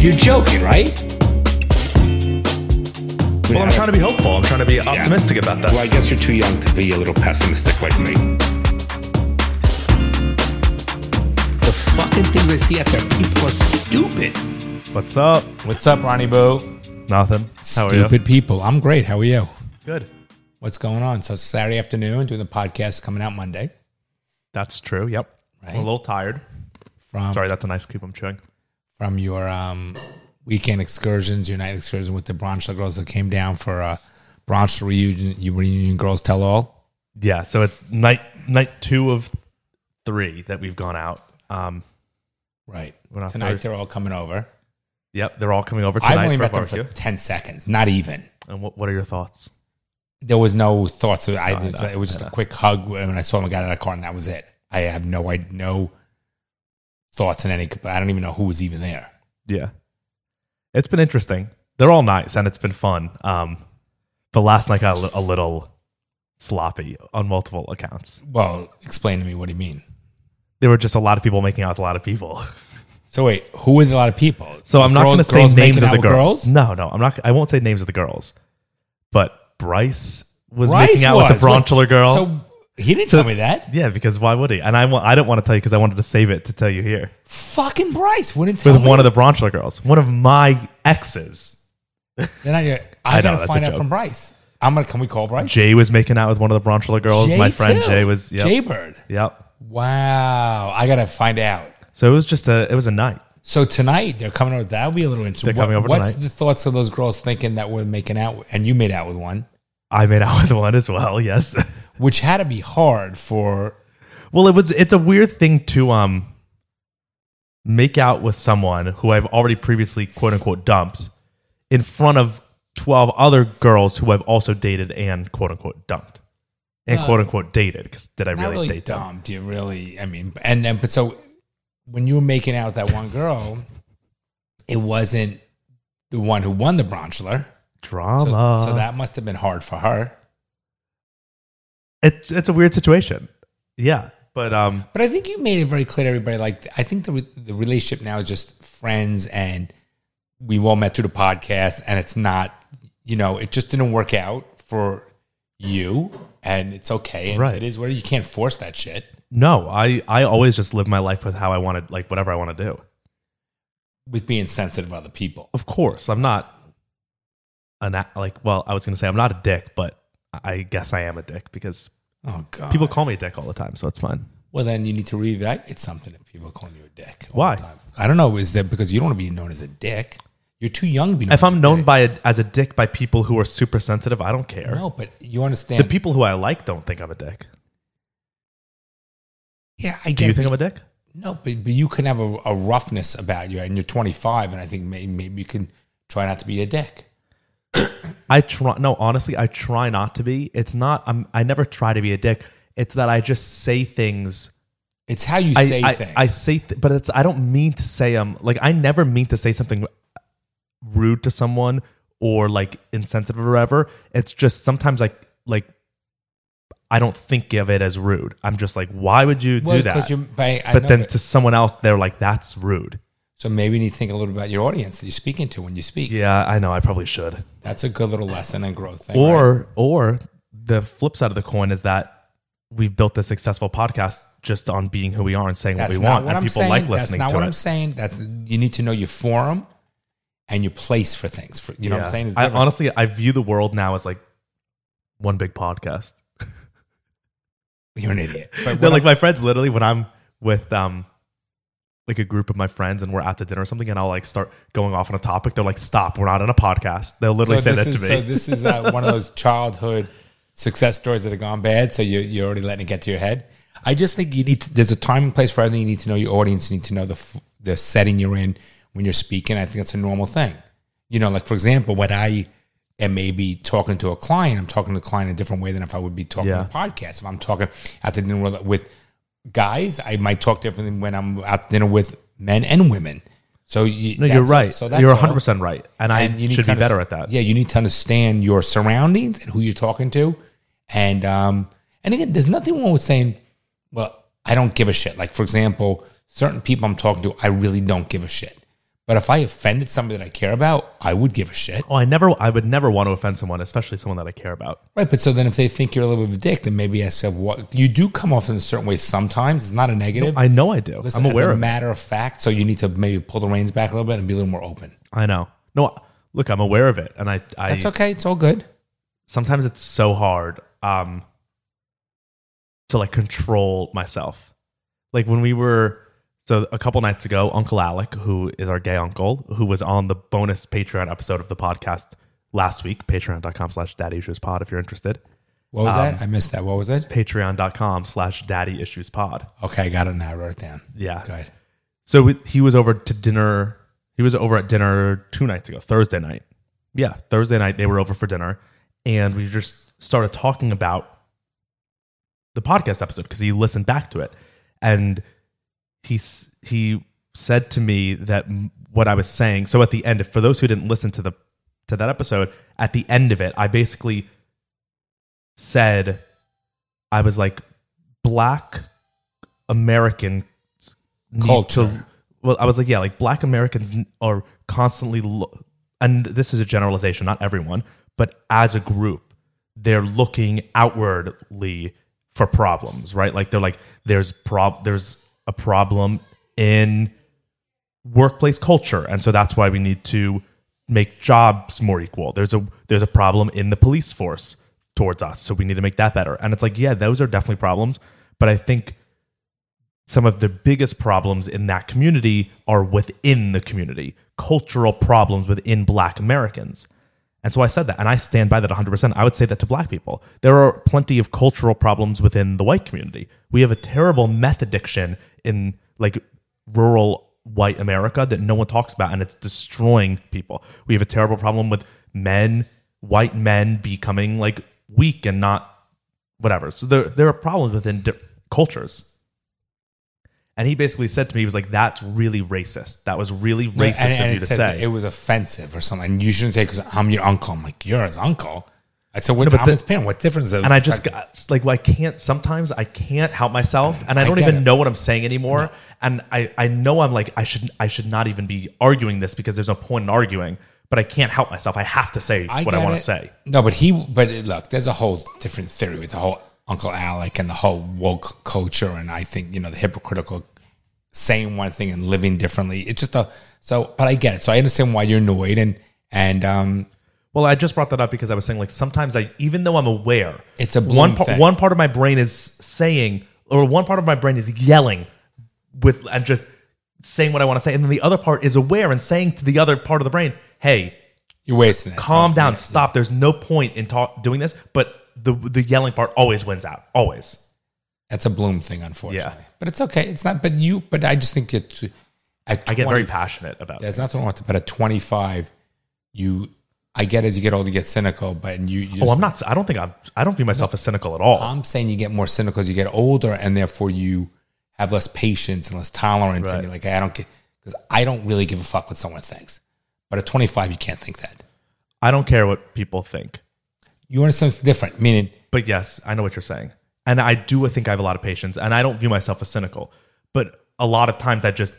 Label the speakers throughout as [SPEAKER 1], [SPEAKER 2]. [SPEAKER 1] You're joking, right?
[SPEAKER 2] Well, I'm trying to be hopeful. I'm trying to be optimistic about that.
[SPEAKER 1] Well, I guess you're too young to be a little pessimistic like me. The fucking things I see out there, people are stupid.
[SPEAKER 2] What's up?
[SPEAKER 3] What's up, Ronnie Bo?
[SPEAKER 2] Nothing. How are you?
[SPEAKER 1] Stupid people. I'm great. How are you?
[SPEAKER 2] Good.
[SPEAKER 1] What's going on? So it's Saturday afternoon, doing the podcast coming out Monday
[SPEAKER 2] That's true. Yep. I'm
[SPEAKER 1] Right.
[SPEAKER 2] a little tired.
[SPEAKER 1] from
[SPEAKER 2] Sorry, that's a nice cube I'm chewing.
[SPEAKER 1] from your um, weekend excursions, your night excursion with the Bronx girls that came down for uh, Bronx reunion, you reunion girls tell all.
[SPEAKER 2] Yeah. So it's night night two of three that we've gone out. Um.
[SPEAKER 1] Right.
[SPEAKER 2] We're not
[SPEAKER 1] Tonight
[SPEAKER 2] Thursday.
[SPEAKER 1] they're all coming over.
[SPEAKER 2] Yep. They're all coming over tonight
[SPEAKER 1] I've only
[SPEAKER 2] for
[SPEAKER 1] met them
[SPEAKER 2] barbecue.
[SPEAKER 1] for ten seconds, not even.
[SPEAKER 2] And what, what are your thoughts?
[SPEAKER 1] There was no thoughts. I it was,
[SPEAKER 2] no,
[SPEAKER 1] it was just a quick hug when I saw him. I got out of the car, and that was it. I have no, I no thoughts in any. I don't even know who was even there.
[SPEAKER 2] Yeah. It's been interesting. They're all nice and it's been fun. Um, but last night got a, li- a little sloppy on multiple accounts.
[SPEAKER 1] Well, explain to me what do you mean.
[SPEAKER 2] There were just a lot of people making out with a lot of people.
[SPEAKER 1] So wait, who was a lot of people?
[SPEAKER 2] So I'm not
[SPEAKER 1] Girls-
[SPEAKER 2] going to say
[SPEAKER 1] girls
[SPEAKER 2] names
[SPEAKER 1] making
[SPEAKER 2] of
[SPEAKER 1] out
[SPEAKER 2] the
[SPEAKER 1] with
[SPEAKER 2] girls. No, no, I'm not. I won't say names of the girls. But Bryce was
[SPEAKER 1] Bryce
[SPEAKER 2] making out with
[SPEAKER 1] was.
[SPEAKER 2] the Bronchler girl.
[SPEAKER 1] So he didn't tell me that.
[SPEAKER 2] yeah, because why would he? And I, wa- I didn't want to tell you because I wanted to save it to tell you here
[SPEAKER 1] Fucking Bryce wouldn't tell
[SPEAKER 2] with
[SPEAKER 1] me.
[SPEAKER 2] one of the Bronchler girls, one of my exes.
[SPEAKER 1] Then I, uh, I, gotta
[SPEAKER 2] know, that's a
[SPEAKER 1] find out
[SPEAKER 2] joke.
[SPEAKER 1] from Bryce. I'm gonna. Can we call Bryce?
[SPEAKER 2] Jay was making out with one of the Bronchler girls.
[SPEAKER 1] Jay
[SPEAKER 2] my friend
[SPEAKER 1] too.
[SPEAKER 2] Jay was. Yep,
[SPEAKER 1] Jay Bird.
[SPEAKER 2] Yep.
[SPEAKER 1] Wow, I gotta find out.
[SPEAKER 2] So it was just a it was a night.
[SPEAKER 1] So tonight they're coming over. That'll be a little interesting.
[SPEAKER 2] They're coming over
[SPEAKER 1] What's
[SPEAKER 2] tonight.
[SPEAKER 1] the thoughts of those girls thinking that we're making out? with- And you made out with one,
[SPEAKER 2] I made out with one as well. Yes.
[SPEAKER 1] which had to be hard for.
[SPEAKER 2] well, it was it's a weird thing to um make out with someone who I've already previously quote unquote dumped in front of twelve other girls who I've also dated and quote unquote dumped and quote unquote dated because did I
[SPEAKER 1] Not Uh,
[SPEAKER 2] really,
[SPEAKER 1] really,
[SPEAKER 2] date them?
[SPEAKER 1] dumb. Do you really? I mean, and then but so when you were making out with that one girl, it wasn't the one who won the Bronchler. So,
[SPEAKER 2] Drama.
[SPEAKER 1] so that must have been hard for her.
[SPEAKER 2] it's it's a weird situation. Yeah, but um,
[SPEAKER 1] But I think you made it very clear to everybody. Like, I think the, re- the relationship now is just friends and we all met through the podcast, and it's not, you know, it just didn't work out for you, and it's okay. And
[SPEAKER 2] Right.
[SPEAKER 1] It is where you can't force that shit.
[SPEAKER 2] no, I I always just live my life with how I wanted, like whatever I want to do.
[SPEAKER 1] With being sensitive to other people,
[SPEAKER 2] of course i'm not an a- like well i was going to say i'm not a dick but i guess i am a dick because
[SPEAKER 1] oh god!
[SPEAKER 2] people call me a dick all the time so it's fine
[SPEAKER 1] well, then you need to reevaluate something. If people calling you a dick, all
[SPEAKER 2] Why?
[SPEAKER 1] the time. I don't know. Is that because you don't want to be known as a dick? You're too young to be. Known as
[SPEAKER 2] if
[SPEAKER 1] a
[SPEAKER 2] i'm known
[SPEAKER 1] dick.
[SPEAKER 2] by a, as a dick by people who are super sensitive i don't care
[SPEAKER 1] no, but you
[SPEAKER 2] the
[SPEAKER 1] understand.
[SPEAKER 2] people who i like don't think i'm a dick
[SPEAKER 1] yeah, I
[SPEAKER 2] do you think i'm a dick
[SPEAKER 1] No, but, but you can have a, a roughness about you, and you're 25, and I think maybe, maybe you can try not to be a dick.
[SPEAKER 2] i try no honestly i try not to be it's not i'm i never try to be a dick it's that i just say things
[SPEAKER 1] It's how you
[SPEAKER 2] I,
[SPEAKER 1] say
[SPEAKER 2] I,
[SPEAKER 1] things.
[SPEAKER 2] I say, th- but it's I don't mean to say um like I never mean to say something rude to someone or like insensitive or whatever. It's just sometimes like like I don't think of it as rude. I'm just like, why would you
[SPEAKER 1] Well,
[SPEAKER 2] do
[SPEAKER 1] 'cause
[SPEAKER 2] that?
[SPEAKER 1] you're- I- I
[SPEAKER 2] but
[SPEAKER 1] know
[SPEAKER 2] then
[SPEAKER 1] that.
[SPEAKER 2] to someone else, they're like, that's rude.
[SPEAKER 1] so maybe you need to think a little about your audience that you're speaking to when you speak.
[SPEAKER 2] Yeah, I know. I probably should.
[SPEAKER 1] That's a good little lesson and growth thing. right?
[SPEAKER 2] Or or the flip side of the coin is that we've built this successful podcast just on being who we are and saying
[SPEAKER 1] that's
[SPEAKER 2] what we
[SPEAKER 1] not
[SPEAKER 2] want,
[SPEAKER 1] what
[SPEAKER 2] and
[SPEAKER 1] I'm
[SPEAKER 2] people
[SPEAKER 1] saying.
[SPEAKER 2] like
[SPEAKER 1] That's
[SPEAKER 2] listening
[SPEAKER 1] not
[SPEAKER 2] to
[SPEAKER 1] what
[SPEAKER 2] it.
[SPEAKER 1] I'm saying. That's you need to know your forum and your place for things. For, you know what I'm
[SPEAKER 2] Yeah.
[SPEAKER 1] saying? It's
[SPEAKER 2] I
[SPEAKER 1] different.
[SPEAKER 2] honestly, I view the world now as like one big podcast.
[SPEAKER 1] you're an idiot. But
[SPEAKER 2] No,
[SPEAKER 1] what
[SPEAKER 2] like my friends, literally, when I'm with um, like a group of my friends and we're out to dinner or something, and I'll like start going off on a topic. They're like, "Stop! We're not on a podcast." They'll literally say
[SPEAKER 1] this
[SPEAKER 2] that
[SPEAKER 1] is,
[SPEAKER 2] to me.
[SPEAKER 1] So this is uh, one of those childhood success stories that have gone bad. So you, you're already letting it get to your head. I just think you need. To, there's a time and place for everything. You need to know your audience. You need to know the f- the setting you're in when you're speaking. I think that's a normal thing. You know, like for example, when I am maybe talking to a client, I'm talking to a client a different way than if I would be talking
[SPEAKER 2] Yeah.
[SPEAKER 1] to a podcast. If I'm talking at the dinner with- with guys, I might talk differently when I'm out to dinner with men and women. So you,
[SPEAKER 2] no, you're
[SPEAKER 1] that's-
[SPEAKER 2] right.
[SPEAKER 1] So that's
[SPEAKER 2] you're
[SPEAKER 1] all.
[SPEAKER 2] 100 percent right, and,
[SPEAKER 1] And
[SPEAKER 2] I should
[SPEAKER 1] to
[SPEAKER 2] be better at
[SPEAKER 1] underst-
[SPEAKER 2] that.
[SPEAKER 1] Yeah, you need to understand your surroundings and who you're talking to, and um, and again, there's nothing wrong with saying, "Well, I don't give a shit." Like for example, certain people I'm talking to, I really don't give a shit. But if I offended somebody that I care about, I would give a shit.
[SPEAKER 2] Oh, I never, I would never want to offend someone, especially someone that I care about.
[SPEAKER 1] Right, but so then if they think you're a little bit of a dick, then maybe ask yourself what you do come off in a certain way sometimes. It's not a negative.
[SPEAKER 2] I know I do.
[SPEAKER 1] Listen,
[SPEAKER 2] I'm
[SPEAKER 1] as
[SPEAKER 2] aware
[SPEAKER 1] a
[SPEAKER 2] of. it.
[SPEAKER 1] matter of fact. So you need to maybe pull the reins back a little bit and be a little more open.
[SPEAKER 2] I know. No, look, I'm aware of it, and I, I
[SPEAKER 1] That's okay. It's all good.
[SPEAKER 2] sometimes it's so hard um to like control myself like when we were so a couple nights ago uncle alec who is our gay uncle who was on the bonus patreon episode of the podcast last week patreon.com slash daddy issues pod if you're interested
[SPEAKER 1] What
[SPEAKER 2] Um,
[SPEAKER 1] was that? I missed that. What was it?
[SPEAKER 2] patreon.com slash daddy issues pod
[SPEAKER 1] Okay, I got it now. I wrote it down.
[SPEAKER 2] yeah
[SPEAKER 1] Go ahead.
[SPEAKER 2] so we, he was over to dinner. He was over at dinner two nights ago, Thursday night. Yeah, Thursday night they were over for dinner, and we just started talking about the podcast episode because he listened back to it, and he s- he said to me that m- what I was saying. So at the end, for those who didn't listen to the to that episode, at the end of it, I basically said I was like black American
[SPEAKER 1] Culture.
[SPEAKER 2] well, I was like, yeah, like black Americans n- are constantly, lo- and this is a generalization, not everyone, but as a group, they're looking outwardly for problems, right? Like they're like, there's prob, there's a problem in workplace culture and so that's why we need to make jobs more equal there's a there's a problem in the police force towards us so we need to make that better and it's like yeah those are definitely problems but i think some of the biggest problems in that community are within the community cultural problems within black americans and so i said that and i stand by that 100% i would say that to black people there are plenty of cultural problems within the white community we have a terrible meth addiction in like rural white America that no one talks about and it's destroying people. We have a terrible problem with men, white men becoming like weak and not whatever. So there, there are problems within di- cultures. And he basically said to me, he was like, that's really racist. That was really racist
[SPEAKER 1] And-
[SPEAKER 2] of
[SPEAKER 1] and
[SPEAKER 2] you
[SPEAKER 1] it
[SPEAKER 2] to
[SPEAKER 1] says
[SPEAKER 2] say.
[SPEAKER 1] it was offensive or something. And you shouldn't say because I'm your uncle. I'm like you're his uncle. I said, what,
[SPEAKER 2] but
[SPEAKER 1] I'm
[SPEAKER 2] the-
[SPEAKER 1] his parent. What difference?
[SPEAKER 2] and I just got it's like well, I can't. Sometimes I can't help myself, and I don't
[SPEAKER 1] get
[SPEAKER 2] even
[SPEAKER 1] it.
[SPEAKER 2] know what I'm saying anymore. And I, I know I'm like I should I should not even be arguing this because there's no point in arguing. But I can't help myself. I have to say what I
[SPEAKER 1] get
[SPEAKER 2] want
[SPEAKER 1] it.
[SPEAKER 2] to say.
[SPEAKER 1] No, but he, but it- look, there's a whole different theory with the whole Uncle Alec and the whole woke culture, and I think you know the hypocritical saying one thing and living differently. It's just a so, but I get it. So I understand why you're annoyed, and and um,
[SPEAKER 2] Well, I just brought that up because I was saying like sometimes I even though I'm aware,
[SPEAKER 1] It's a
[SPEAKER 2] one
[SPEAKER 1] bloom thing.
[SPEAKER 2] part. One part of my brain is saying, or one part of my brain is yelling with and just saying what I want to say, and then the other part is aware and saying to the other part of the brain, "Hey,
[SPEAKER 1] you're wasting it.
[SPEAKER 2] calm down, stop. There's no point in talk, doing this. But the the yelling part always wins out. Always.
[SPEAKER 1] That's a Bloom thing, unfortunately.
[SPEAKER 2] Yeah.
[SPEAKER 1] But it's okay. It's not. But you. But I just think it's.
[SPEAKER 2] I get very passionate about
[SPEAKER 1] There's
[SPEAKER 2] this.
[SPEAKER 1] nothing wrong with it. But at 25, you. I get as you get older, you get cynical, but you. you just,
[SPEAKER 2] Well, Oh, I'm not. I don't think I'm. I don't view myself as cynical at all.
[SPEAKER 1] I'm saying you get more cynical as you get older, and therefore you have less patience and less tolerance, and
[SPEAKER 2] Right.
[SPEAKER 1] you're like, I don't get because I don't really give a fuck what someone thinks. But at 25, you can't think that.
[SPEAKER 2] I don't care what people think.
[SPEAKER 1] You want something different, meaning
[SPEAKER 2] But yes, I know what you're saying, and I do. think I have a lot of patience, and I don't view myself as cynical. But a lot of times, I just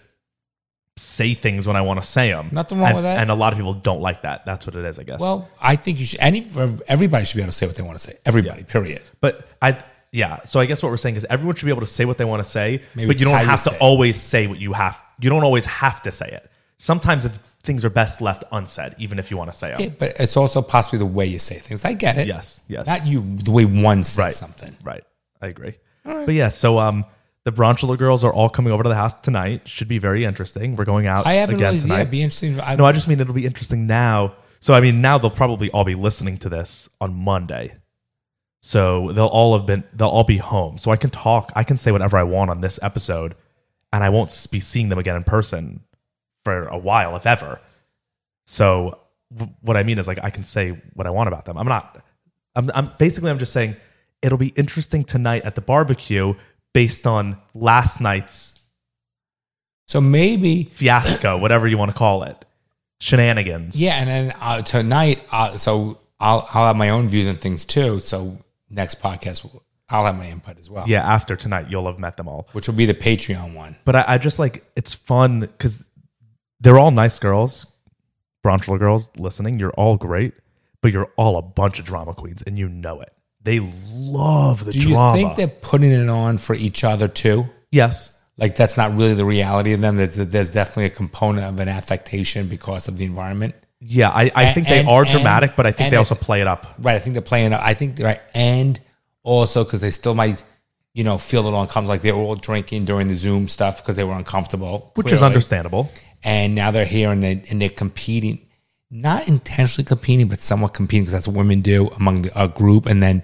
[SPEAKER 2] say things when I want to say them.
[SPEAKER 1] Nothing wrong
[SPEAKER 2] and,
[SPEAKER 1] with that.
[SPEAKER 2] And a lot of people don't like that. That's what it is, I guess.
[SPEAKER 1] well, I think you should. Any everybody should be able to say what they want to say. Everybody, period.
[SPEAKER 2] But I, yeah. So I guess what we're saying is everyone should be able to say what they want to say,
[SPEAKER 1] Maybe
[SPEAKER 2] but
[SPEAKER 1] it's
[SPEAKER 2] you
[SPEAKER 1] how
[SPEAKER 2] don't
[SPEAKER 1] you
[SPEAKER 2] have to
[SPEAKER 1] say it.
[SPEAKER 2] always say what you have. You don't always have to say it. Sometimes it's things are best left unsaid, even if you want to say them.
[SPEAKER 1] Yeah, but it's also possibly the way you say things. I get it.
[SPEAKER 2] Yes, yes.
[SPEAKER 1] Not you. The way one says
[SPEAKER 2] Right.
[SPEAKER 1] something.
[SPEAKER 2] Right. I agree. But yeah, so um, the Bronchula girls are all coming over to the house tonight. Should be very interesting. We're going out
[SPEAKER 1] I haven't
[SPEAKER 2] again
[SPEAKER 1] really. Yeah,
[SPEAKER 2] tonight.
[SPEAKER 1] it'd be interesting. I,
[SPEAKER 2] no, I just mean it'll be interesting now. So I mean now they'll probably all be listening to this on Monday. So they'll all have been they'll all be home. So I can talk, I can say whatever I want on this episode and I won't s- be seeing them again in person for a while if ever. So w- what I mean is like I can say what I want about them. I'm not I'm I'm basically I'm just saying it'll be interesting tonight at the barbecue based on last night's
[SPEAKER 1] so maybe.
[SPEAKER 2] fiasco, whatever you want to call it. Shenanigans.
[SPEAKER 1] Yeah, and then uh, tonight. Uh, so I'll I'll have my own views on things too. So next podcast, I'll have my input as well.
[SPEAKER 2] yeah after tonight you'll have met them all
[SPEAKER 1] which will be the Patreon one.
[SPEAKER 2] but i, I just like it's fun because they're all nice girls, bronchial girls listening. You're all great, but you're all a bunch of drama queens, and you know it. They love the
[SPEAKER 1] Do you
[SPEAKER 2] drama.
[SPEAKER 1] think they're putting it on for each other too?
[SPEAKER 2] yes,
[SPEAKER 1] Like that's not really the reality of them. There's, there's definitely a component of an affectation because of the environment.
[SPEAKER 2] yeah, I, I think they
[SPEAKER 1] and-
[SPEAKER 2] are
[SPEAKER 1] and-
[SPEAKER 2] dramatic, but I think
[SPEAKER 1] and
[SPEAKER 2] they
[SPEAKER 1] if-
[SPEAKER 2] also play it up.
[SPEAKER 1] Right. I think they're playing. I think right, and also because they still might, you know, feel a little uncomfortable. Like they were all drinking during the Zoom stuff because they were uncomfortable,
[SPEAKER 2] Which is
[SPEAKER 1] clearly.
[SPEAKER 2] understandable.
[SPEAKER 1] And now they're here and they and they're competing, not intentionally competing, but somewhat competing because that's what women do among the, a group. And then,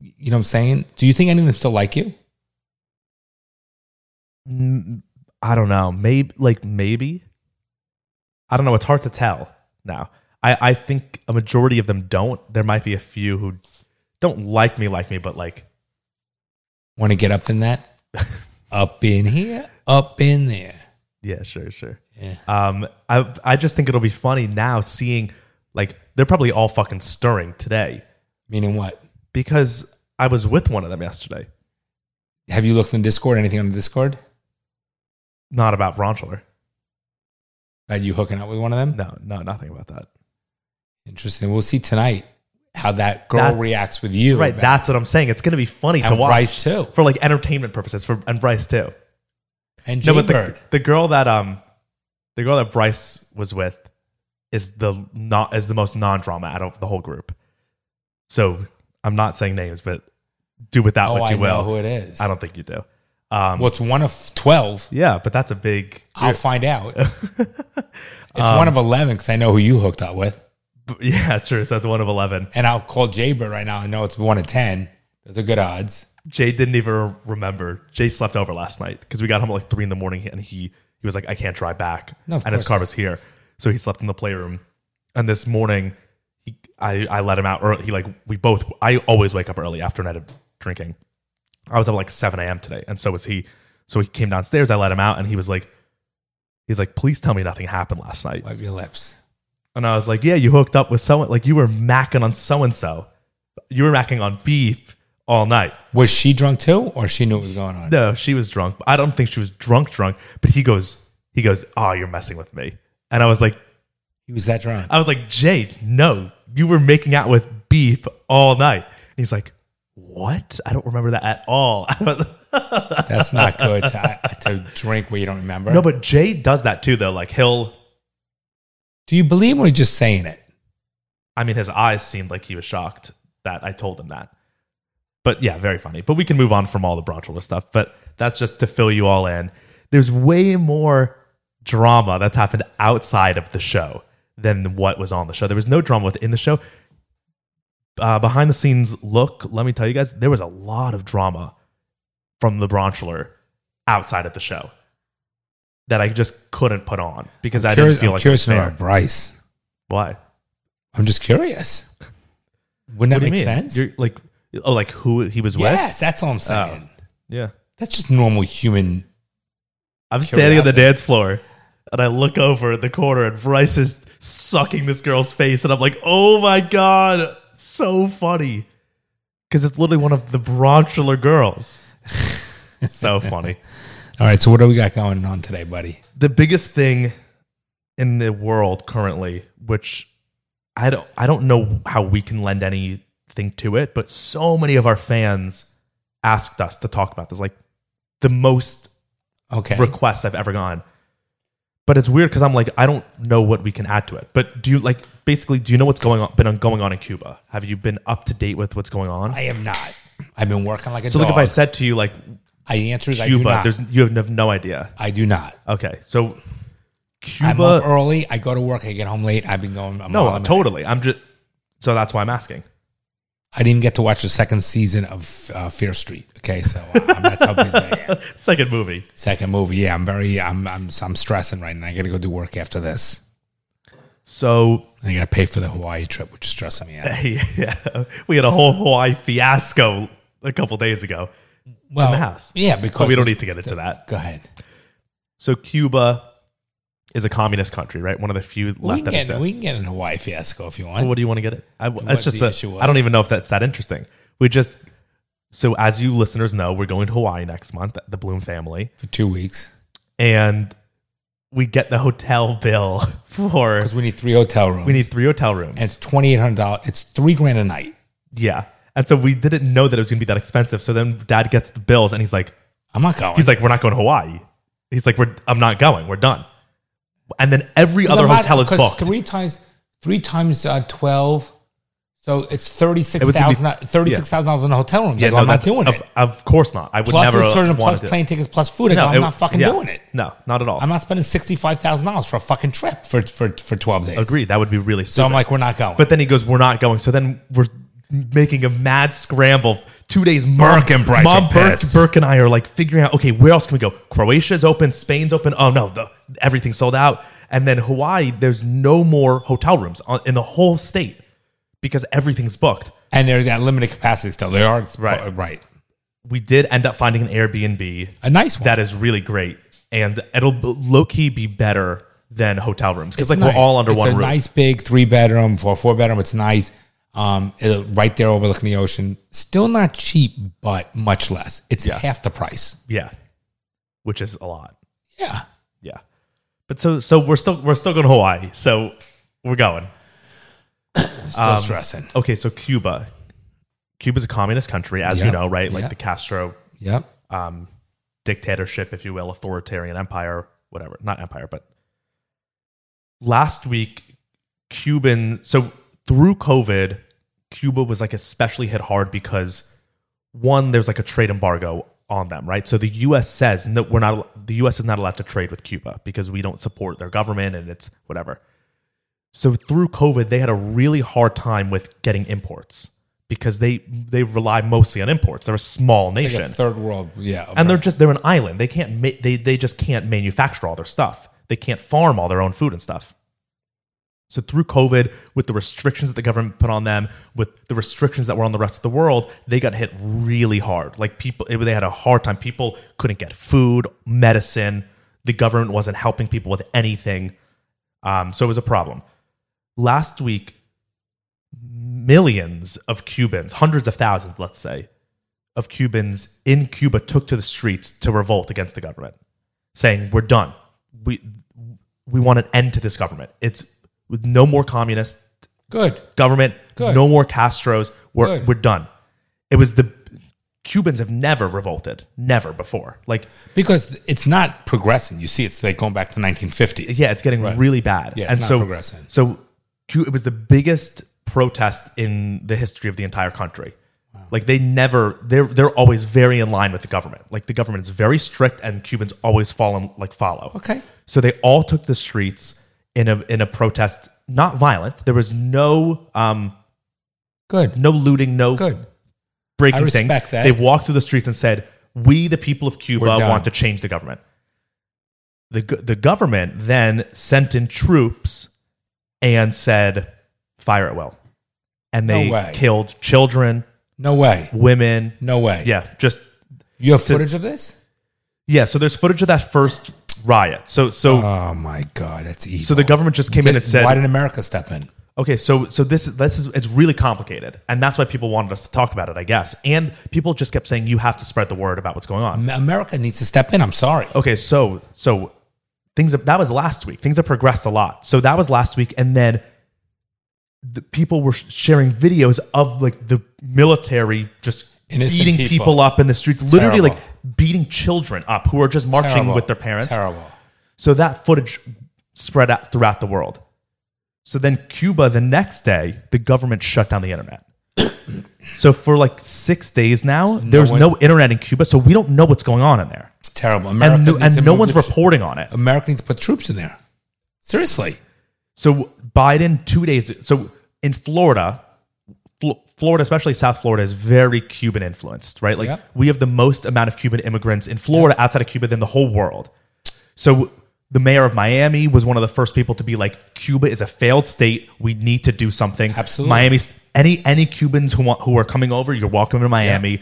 [SPEAKER 1] you know, what I'm saying, do you think any of them still like you?
[SPEAKER 2] I don't know. Maybe like maybe. I don't know. It's hard to tell now. I, I think a majority of them don't. There might be a few who don't like me, like me, but like
[SPEAKER 1] Want to get up in that? up in here, up in there.
[SPEAKER 2] yeah, sure, sure.
[SPEAKER 1] Yeah.
[SPEAKER 2] Um, I I just think it'll be funny now seeing like they're probably all fucking stirring today
[SPEAKER 1] Meaning what?
[SPEAKER 2] because I was with one of them yesterday,
[SPEAKER 1] Have you looked in Discord? Anything on the Discord?
[SPEAKER 2] not about Bronchler.
[SPEAKER 1] Are you hooking up with one of them?
[SPEAKER 2] No, no, nothing about that.
[SPEAKER 1] Interesting. We'll see tonight how that girl
[SPEAKER 2] That-
[SPEAKER 1] reacts with you.
[SPEAKER 2] Right, that's what I'm saying. It's gonna be funny to
[SPEAKER 1] And
[SPEAKER 2] watch
[SPEAKER 1] Bryce, too.
[SPEAKER 2] for like entertainment purposes for and Bryce too.
[SPEAKER 1] and
[SPEAKER 2] No, but the,
[SPEAKER 1] Bird.
[SPEAKER 2] the girl that um the girl that Bryce was with is the not is the most non drama out of the whole group. So I'm not saying names, but do with that
[SPEAKER 1] Oh,
[SPEAKER 2] what
[SPEAKER 1] I
[SPEAKER 2] you will.
[SPEAKER 1] know who it is.
[SPEAKER 2] I don't think you do. Um,
[SPEAKER 1] Well, it's one of twelve.
[SPEAKER 2] yeah, but that's a big.
[SPEAKER 1] I'll find out. It's
[SPEAKER 2] Um,
[SPEAKER 1] one of eleven because I know who you hooked up with,
[SPEAKER 2] Yeah, true. So that's one of eleven.
[SPEAKER 1] and I'll call Jaybird right now. I know it's one of ten. Those are good odds.
[SPEAKER 2] Jay didn't even remember. Jay slept over last night because we got home at like three in the morning, and he he was like, "I can't drive back,"
[SPEAKER 1] No, of
[SPEAKER 2] and his
[SPEAKER 1] course
[SPEAKER 2] car was here, so he slept in the playroom. And this morning, he, I I let him out early. He like we both. I always wake up early after a night of drinking. I was up like seven a.m. today, and so was he. So he came downstairs. I let him out, and he was like, he's like, "Please tell me nothing happened last night."
[SPEAKER 1] Wipe your lips.
[SPEAKER 2] And I was like, yeah, you hooked up with someone. Like you were macking on so and so. You were macking on beef all night.
[SPEAKER 1] Was she drunk too, or she knew what was going on?
[SPEAKER 2] No, she was drunk. I don't think she was drunk, drunk. But he goes, he goes, oh, you're messing with me. And I was like,
[SPEAKER 1] He was that drunk.
[SPEAKER 2] I was like, Jade, no, you were making out with beef all night. And he's like, what? I don't remember that at all.
[SPEAKER 1] That's not good to, uh, to drink where you don't remember.
[SPEAKER 2] no, but Jade does that too, though. Like he'll,
[SPEAKER 1] do you believe him or just saying it?
[SPEAKER 2] I mean, his eyes seemed like he was shocked that I told him that. But yeah, very funny. But we can move on from all the Bronchler stuff. But that's just to fill you all in. There's way more drama that's happened outside of the show than what was on the show. There was no drama within the show. Uh, behind the scenes look, let me tell you guys, there was a lot of drama from the Bronchler outside of the show that I just couldn't put on because I
[SPEAKER 1] Curious-
[SPEAKER 2] didn't feel
[SPEAKER 1] I'm
[SPEAKER 2] like it
[SPEAKER 1] curious
[SPEAKER 2] was
[SPEAKER 1] to know
[SPEAKER 2] fair.
[SPEAKER 1] about Bryce.
[SPEAKER 2] Why?
[SPEAKER 1] I'm just curious. Wouldn't that
[SPEAKER 2] What do
[SPEAKER 1] make
[SPEAKER 2] you mean?
[SPEAKER 1] sense?
[SPEAKER 2] You're Oh. like, oh, like who he was with?
[SPEAKER 1] yes, that's all I'm saying.
[SPEAKER 2] Yeah.
[SPEAKER 1] That's just normal human.
[SPEAKER 2] I'm standing on the
[SPEAKER 1] Curiosity.
[SPEAKER 2] dance floor and I look over at the corner and Bryce is sucking this girl's face. And I'm like, oh my God, so funny. Because it's literally one of the bronchular girls. so funny.
[SPEAKER 1] All right, so what do we got going on today, buddy?
[SPEAKER 2] The biggest thing in the world currently, which I don't, I don't know how we can lend anything to it, but so many of our fans asked us to talk about this. Like the most
[SPEAKER 1] Okay,
[SPEAKER 2] requests I've ever gone. But it's weird because I'm like, I don't know what we can add to it. But do you like basically? Do you know what's going on? Been on- going on in Cuba? Have you been up to date with what's going on?
[SPEAKER 1] I am not. I've been working like a
[SPEAKER 2] so
[SPEAKER 1] dog.
[SPEAKER 2] look, if I said to you like
[SPEAKER 1] I, the answer is I do
[SPEAKER 2] Cuba,
[SPEAKER 1] not.
[SPEAKER 2] there's you have no idea.
[SPEAKER 1] I do not.
[SPEAKER 2] Okay, so
[SPEAKER 1] I'm up
[SPEAKER 2] Cuba.
[SPEAKER 1] early. I go to work. I get home late. I've been going. I'm all-
[SPEAKER 2] No,
[SPEAKER 1] I'm-
[SPEAKER 2] totally. I'm just so that's why I'm asking.
[SPEAKER 1] I didn't get to watch the second season of uh, Fear Street. Okay, so um, that's how busy I am.
[SPEAKER 2] Second movie.
[SPEAKER 1] Second movie. Yeah, I'm very. I'm. I'm. I'm stressing right now. I got to go do work after this.
[SPEAKER 2] So
[SPEAKER 1] And I got to pay for the Hawaii trip, which is stressing me out.
[SPEAKER 2] yeah, we had a whole Hawaii fiasco a couple days ago.
[SPEAKER 1] Well,
[SPEAKER 2] house.
[SPEAKER 1] yeah, because
[SPEAKER 2] But we don't need to get into that.
[SPEAKER 1] Go ahead.
[SPEAKER 2] So Cuba is a communist country, right? One of the few
[SPEAKER 1] We
[SPEAKER 2] left
[SPEAKER 1] can,
[SPEAKER 2] that
[SPEAKER 1] get, we
[SPEAKER 2] exists.
[SPEAKER 1] can get an Hawaii fiasco if you
[SPEAKER 2] Well,
[SPEAKER 1] want.
[SPEAKER 2] what do you want to get? It? I, that's just
[SPEAKER 1] the
[SPEAKER 2] the
[SPEAKER 1] issue was.
[SPEAKER 2] I don't even know if that's that interesting. We just so as you listeners know, we're going to Hawaii next month, the Bloom family,
[SPEAKER 1] For two weeks.
[SPEAKER 2] and we get the hotel bill for
[SPEAKER 1] because we need three hotel rooms.
[SPEAKER 2] we need three hotel rooms.
[SPEAKER 1] and it's twenty eight hundred dollars. It's three grand a night.
[SPEAKER 2] yeah. And so we didn't know that it was going to be that expensive. So then dad gets the bills and he's like,
[SPEAKER 1] I'm not going.
[SPEAKER 2] he's like, we're not going to Hawaii. He's like, we're, I'm not going. We're done. And then every other
[SPEAKER 1] I'm not-
[SPEAKER 2] hotel is
[SPEAKER 1] because
[SPEAKER 2] booked.
[SPEAKER 1] Three times, three times uh, twelve. So it's thirty six
[SPEAKER 2] would be-
[SPEAKER 1] thousand dollars in a hotel room.
[SPEAKER 2] Yeah,
[SPEAKER 1] I go, I'm
[SPEAKER 2] that's-
[SPEAKER 1] not doing
[SPEAKER 2] of,
[SPEAKER 1] it.
[SPEAKER 2] Of course not. I would
[SPEAKER 1] Plus
[SPEAKER 2] never
[SPEAKER 1] insertion,
[SPEAKER 2] want
[SPEAKER 1] plus
[SPEAKER 2] to do it.
[SPEAKER 1] plane tickets, plus food. I go,
[SPEAKER 2] it-
[SPEAKER 1] I'm not fucking
[SPEAKER 2] yeah.
[SPEAKER 1] doing it.
[SPEAKER 2] No, not at all.
[SPEAKER 1] I'm not spending sixty five thousand dollars for a fucking trip for for for twelve days.
[SPEAKER 2] Agree. That would be really
[SPEAKER 1] So
[SPEAKER 2] stupid.
[SPEAKER 1] I'm like, we're not going.
[SPEAKER 2] but then he goes, "We're not going." So then we're making a mad scramble. Two days, Mom-
[SPEAKER 1] Burke and Bryce
[SPEAKER 2] Mom,
[SPEAKER 1] are
[SPEAKER 2] Burke,
[SPEAKER 1] pissed.
[SPEAKER 2] Burke and I are like figuring out, okay, where else can we go? Croatia's open, Spain's open. Oh no, the, everything's sold out. And then Hawaii, there's no more hotel rooms on, in the whole state because everything's booked.
[SPEAKER 1] and they're at limited capacity still. They are uh,
[SPEAKER 2] Right.
[SPEAKER 1] right.
[SPEAKER 2] We did end up finding an Airbnb
[SPEAKER 1] A nice one.
[SPEAKER 2] that is really great, and it'll low key be better than hotel rooms because like
[SPEAKER 1] It's
[SPEAKER 2] we're all under
[SPEAKER 1] it's a
[SPEAKER 2] one roof.
[SPEAKER 1] Nice big three bedroom for four bedroom. It's nice. Um, it- right there overlooking the ocean. Still not cheap, but much less. It's half the price.
[SPEAKER 2] Yeah, which is a lot.
[SPEAKER 1] Yeah.
[SPEAKER 2] Yeah, but so so we're still we're still going to Hawaii. So we're going.
[SPEAKER 1] Still stressing.
[SPEAKER 2] Okay, so Cuba, Cuba's a communist country, as you
[SPEAKER 1] Yeah.
[SPEAKER 2] know, right? Like
[SPEAKER 1] Yeah.
[SPEAKER 2] the Castro
[SPEAKER 1] Yep.
[SPEAKER 2] um, dictatorship, if you will, authoritarian empire, whatever. Not empire, but last week, Cuban. So through COVID, Cuba was like especially hit hard because one, there's like a trade embargo on them, right? So the U.S. says no, we're not. The U.S. is not allowed to trade with Cuba because we don't support their government and it's whatever. So through COVID, they had a really hard time with getting imports because they they rely mostly on imports. They're a small
[SPEAKER 1] Like
[SPEAKER 2] nation
[SPEAKER 1] a third world. Yeah.
[SPEAKER 2] and they're just they're an island. They can't ma- they they just can't manufacture all their stuff. They can't farm all their own food and stuff. So through COVID, with the restrictions that the government put on them, with the restrictions that were on the rest of the world, they got hit really hard. Like people, it- they had a hard time. People couldn't get food, medicine. The government wasn't helping people with anything. Um, so it was a problem. Last week, millions of Cubans, hundreds of thousands, let's say, of Cubans in Cuba took to the streets to revolt against the government, saying, "We're done. We we want an end to this government. It's with no more communist
[SPEAKER 1] good.
[SPEAKER 2] government,
[SPEAKER 1] Good.
[SPEAKER 2] no more Castros. We're
[SPEAKER 1] Good.
[SPEAKER 2] we're done." It was the Cubans have never revolted, never before. Like,
[SPEAKER 1] Because it's not progressing. You see, it's like going back to 1950s.
[SPEAKER 2] yeah, it's getting really bad.
[SPEAKER 1] Yeah, it's
[SPEAKER 2] and
[SPEAKER 1] not
[SPEAKER 2] so
[SPEAKER 1] progressing.
[SPEAKER 2] So Cu- it was the biggest protest in the history of the entire country. Like they never they're they're always very in line with the government. Like the government is very strict and Cubans always fall in, like follow.
[SPEAKER 1] Okay.
[SPEAKER 2] So they all took the streets in a in a protest, not violent. There was no um
[SPEAKER 1] Good.
[SPEAKER 2] no looting, no
[SPEAKER 1] Good.
[SPEAKER 2] breaking
[SPEAKER 1] I respect
[SPEAKER 2] things.
[SPEAKER 1] that.
[SPEAKER 2] They walked through the streets and said, "We, the people of Cuba,
[SPEAKER 1] We're done.
[SPEAKER 2] want to change the government." The go- the government then sent in troops and said, "Fire at will," and they
[SPEAKER 1] way.
[SPEAKER 2] killed children,
[SPEAKER 1] No way.
[SPEAKER 2] women.
[SPEAKER 1] No way.
[SPEAKER 2] Yeah, just
[SPEAKER 1] You have footage of this?
[SPEAKER 2] yeah. So there's footage of that first riot. So so
[SPEAKER 1] Oh my God. That's evil.
[SPEAKER 2] so the government just came in and said,
[SPEAKER 1] Why did America step in?
[SPEAKER 2] Okay, so so this is this is it's really complicated, and that's why people wanted us to talk about it, I guess. And people just kept saying you have to spread the word about what's going on.
[SPEAKER 1] America needs to step in. I'm sorry.
[SPEAKER 2] Okay, so so things have, that was last week. Things have progressed a lot. So that was last week, and then the people were sh- sharing videos of like the military just
[SPEAKER 1] Innocent
[SPEAKER 2] beating people.
[SPEAKER 1] people.
[SPEAKER 2] up in the streets, literally
[SPEAKER 1] Terrible.
[SPEAKER 2] like beating children up who are just marching
[SPEAKER 1] Terrible.
[SPEAKER 2] with their parents.
[SPEAKER 1] Terrible.
[SPEAKER 2] So that footage spread out throughout the world. So then Cuba, the next day, the government shut down the internet. so for like six days now, there's
[SPEAKER 1] one-
[SPEAKER 2] no internet in Cuba, so we don't know what's going on in there,
[SPEAKER 1] It's terrible. America
[SPEAKER 2] and no,
[SPEAKER 1] needs to
[SPEAKER 2] and no
[SPEAKER 1] move
[SPEAKER 2] one's
[SPEAKER 1] the-
[SPEAKER 2] reporting on it.
[SPEAKER 1] America needs to put troops in there. Seriously.
[SPEAKER 2] So Biden, two days. So in Florida, Fl- Florida, especially South Florida, is very Cuban influenced, right? Like
[SPEAKER 1] Yeah.
[SPEAKER 2] we have the most amount of Cuban immigrants in Florida outside of Cuba than the whole world. So the mayor of Miami was one of the first people to be like, Cuba is a failed state. We need to do something.
[SPEAKER 1] Absolutely.
[SPEAKER 2] Miami's any any Cubans who want who are coming over, you're welcome to Miami.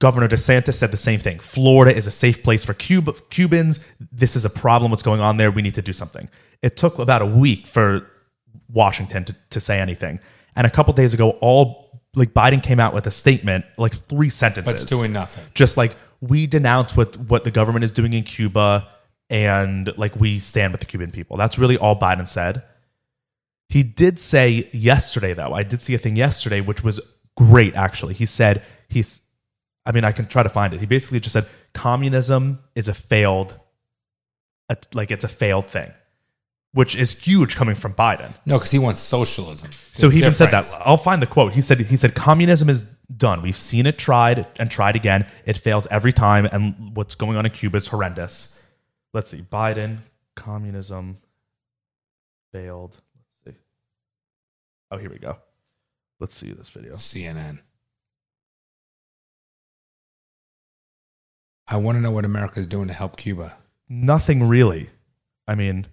[SPEAKER 2] Governor DeSantis said the same thing. Florida is a safe place for Cuba, Cubans. This is a problem. What's going on there? We need to do something. It took about a week for Washington to, to say anything. And a couple days ago, all like Biden came out with a statement, like three sentences
[SPEAKER 1] It's doing nothing.
[SPEAKER 2] just like we denounce what what the government is doing in Cuba and like we stand with the Cuban people. That's really all Biden said. He did say yesterday, though, I did see a thing yesterday, which was great, actually. He said, he's, I mean, I can try to find it. He basically just said, communism is a failed, a, like it's a failed thing, which is huge coming from Biden.
[SPEAKER 1] No, because he wants socialism.
[SPEAKER 2] So
[SPEAKER 1] There's
[SPEAKER 2] he even said
[SPEAKER 1] difference.
[SPEAKER 2] that. I'll find the quote. He said he said communism is done. We've seen it tried and tried again. It fails every time and what's going on in Cuba is horrendous. Let's see. Biden communism failed. Let's see. Oh, here we go. Let's see this video.
[SPEAKER 1] CNN. I want to know what America is doing to help Cuba.
[SPEAKER 2] Nothing really. I mean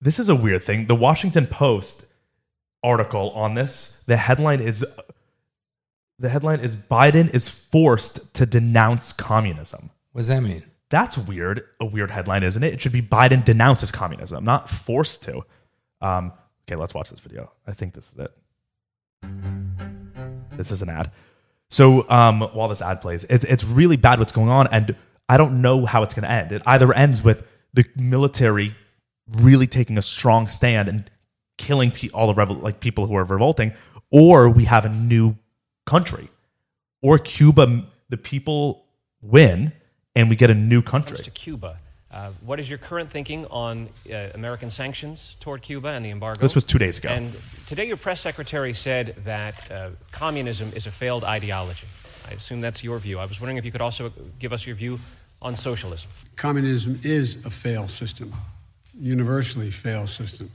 [SPEAKER 2] This is a weird thing. The Washington Post article on this. The headline is the headline is Biden is forced to denounce communism.
[SPEAKER 1] What does that mean?
[SPEAKER 2] That's weird. A weird headline, isn't it? It should be Biden denounces communism, not forced to. Um, okay, let's watch this video. I think this is it. This is an ad. So um, while this ad plays, it, it's really bad what's going on, and I don't know how it's going to end. It either ends with the military really taking a strong stand and killing pe- all the revol- like people who are revolting, or we have a new country, or Cuba, the people win, and we get a new country.
[SPEAKER 3] comes to Cuba. Uh, what is your current thinking on uh, American sanctions toward Cuba and the embargo?
[SPEAKER 2] This was two days ago.
[SPEAKER 3] And today, your press secretary said that uh, communism is a failed ideology. I assume that's your view. I was wondering if you could also give us your view on socialism.
[SPEAKER 4] communism is a failed system, universally failed system.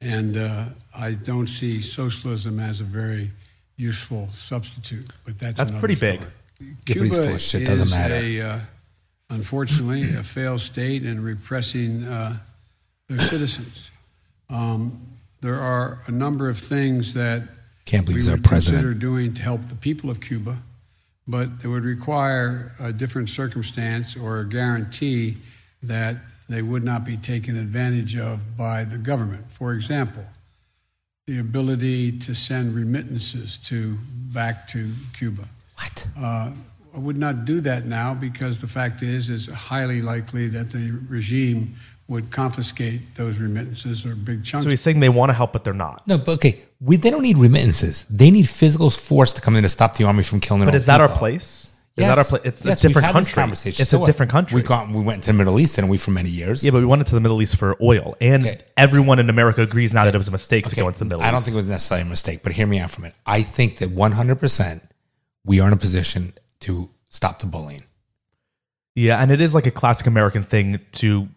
[SPEAKER 4] And uh, I don't see socialism as a very useful substitute, but that's
[SPEAKER 2] That's
[SPEAKER 4] another
[SPEAKER 2] pretty
[SPEAKER 4] story.
[SPEAKER 2] big.
[SPEAKER 1] Japanese full of shit, doesn't
[SPEAKER 4] is
[SPEAKER 1] matter.
[SPEAKER 4] A, uh, unfortunately, a failed state in repressing uh, their citizens. Um, there are a number of things that
[SPEAKER 1] Can't believe
[SPEAKER 4] we
[SPEAKER 1] he's our
[SPEAKER 4] would
[SPEAKER 1] president.
[SPEAKER 4] consider doing to help the people of Cuba, but it would require a different circumstance or a guarantee that they would not be taken advantage of by the government. For example, the ability to send remittances to back to Cuba.
[SPEAKER 1] What?
[SPEAKER 4] Uh, I would not do that now because the fact is, it's highly likely that the regime would confiscate those remittances or big chunks.
[SPEAKER 2] So he's saying they want to help, but they're not.
[SPEAKER 1] No, but okay. We, they don't need remittances. They need physical force to come in to stop the army from killing.
[SPEAKER 2] But
[SPEAKER 1] their
[SPEAKER 2] is
[SPEAKER 1] own
[SPEAKER 2] that our
[SPEAKER 1] people.
[SPEAKER 2] place? Is
[SPEAKER 1] Yes.
[SPEAKER 2] that our place? It's
[SPEAKER 1] Yes,
[SPEAKER 2] a
[SPEAKER 1] we've
[SPEAKER 2] different
[SPEAKER 1] had this
[SPEAKER 2] country.
[SPEAKER 1] conversation.
[SPEAKER 2] It's
[SPEAKER 1] So
[SPEAKER 2] a
[SPEAKER 1] what?
[SPEAKER 2] different country.
[SPEAKER 1] We got we went to the Middle East and we for many years.
[SPEAKER 2] yeah, but we went into the Middle East for oil, and
[SPEAKER 1] Okay.
[SPEAKER 2] everyone in America agrees now that it was a mistake to
[SPEAKER 1] Okay,
[SPEAKER 2] go into the Middle
[SPEAKER 1] I don't
[SPEAKER 2] East.
[SPEAKER 1] think it was necessarily a mistake, but hear me out from it. I think that 100% we are in a position to stop the bullying.
[SPEAKER 2] yeah, and it is like a classic American thing to,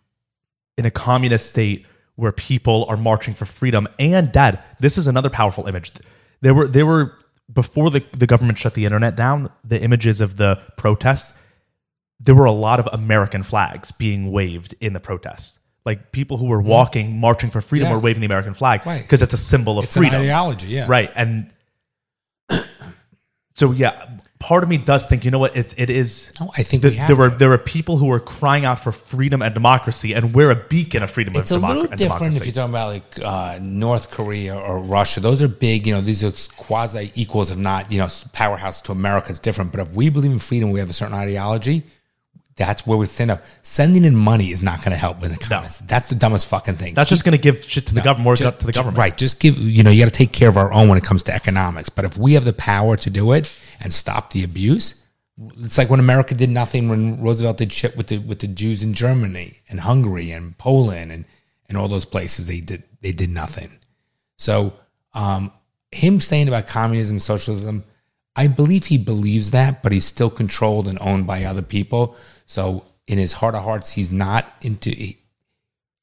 [SPEAKER 2] in a communist state where people are marching for freedom. And Dad, this is another powerful image. There were there were before the, the government shut the internet down. The images of the protests there were a lot of American flags being waved in the protest. Like people who were walking, marching for freedom, were
[SPEAKER 1] Hmm. Yes.
[SPEAKER 2] waving the American flag
[SPEAKER 1] Right.
[SPEAKER 2] because it's a symbol of
[SPEAKER 1] It's
[SPEAKER 2] freedom,
[SPEAKER 1] an ideology, yeah.
[SPEAKER 2] right? And so, yeah, part of me does think, you know what? It it is.
[SPEAKER 1] No, I think
[SPEAKER 2] that
[SPEAKER 1] we have
[SPEAKER 2] there were
[SPEAKER 1] to.
[SPEAKER 2] there were people who were crying out for freedom and democracy, and we're a beacon of freedom.
[SPEAKER 1] It's a
[SPEAKER 2] and democ-
[SPEAKER 1] little
[SPEAKER 2] and
[SPEAKER 1] different if
[SPEAKER 2] democracy.
[SPEAKER 1] you're talking about like uh, North Korea or Russia. Those are big, you know, these are quasi equals, if not, you know, powerhouse to America is different. But if we believe in freedom, we have a certain ideology, that's where we stand up. Sending in money is not going to help with the communists. That's the dumbest fucking thing.
[SPEAKER 2] That's just going to give shit to the government, more
[SPEAKER 1] Ju-
[SPEAKER 2] to the
[SPEAKER 1] ju-
[SPEAKER 2] government,
[SPEAKER 1] Right. Just give, you know, you got to take care of our own when it comes to economics. But if we have the power to do it and stop the abuse, it's like when America did nothing when Roosevelt did shit with the with the Jews in Germany and Hungary and Poland and and all those places they did they did nothing. So um, him saying about communism, socialism, I believe he believes that, but he's still controlled and owned by other people. So in his heart of hearts, he's not into. He,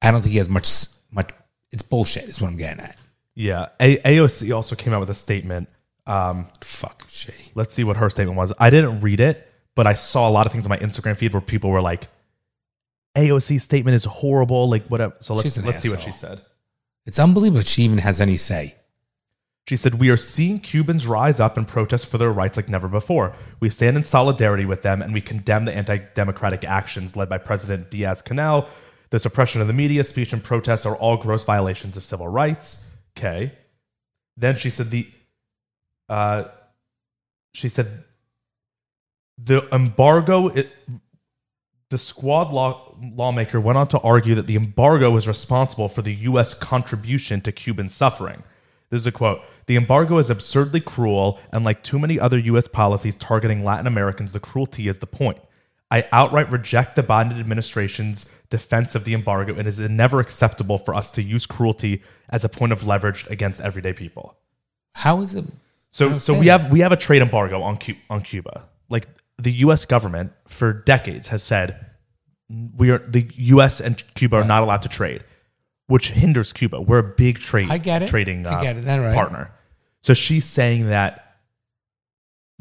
[SPEAKER 1] I don't think he has much much. It's bullshit. Is what I'm getting at.
[SPEAKER 2] Yeah, a- AOC also came out with a statement. Um,
[SPEAKER 1] Fuck shit.
[SPEAKER 2] let's see what her statement was. I didn't read it, but I saw a lot of things on my Instagram feed where people were like, AOC statement is horrible, like whatever. So let's,
[SPEAKER 1] She's an
[SPEAKER 2] let's see what she
[SPEAKER 1] asshole.
[SPEAKER 2] said.
[SPEAKER 1] It's unbelievable she even has any say.
[SPEAKER 2] She said, We are seeing Cubans rise up and protest for their rights like never before. We stand in solidarity with them and we condemn the anti democratic actions led by President Diaz Canel. The suppression of the media, speech, and protests are all gross violations of civil rights. Okay. Then she said, The. Uh, she said, The embargo. It, The squad law- lawmaker went on to argue that the embargo was responsible for the U.S. contribution to Cuban suffering. This is a quote The embargo is absurdly cruel, and like too many other U.S. policies targeting Latin Americans, the cruelty is the point. I outright reject the Biden administration's defense of the embargo. It is never acceptable for us to use cruelty as a point of leverage against everyday people.
[SPEAKER 1] How is it?
[SPEAKER 2] So so we have we have a trade embargo on Cu- on Cuba. Like the U.S. government for decades has said we are the U.S. and Cuba are not allowed to trade, which hinders Cuba. We're a big trade
[SPEAKER 1] I get it.
[SPEAKER 2] trading
[SPEAKER 1] I
[SPEAKER 2] uh,
[SPEAKER 1] get it. That right.
[SPEAKER 2] partner. So she's saying that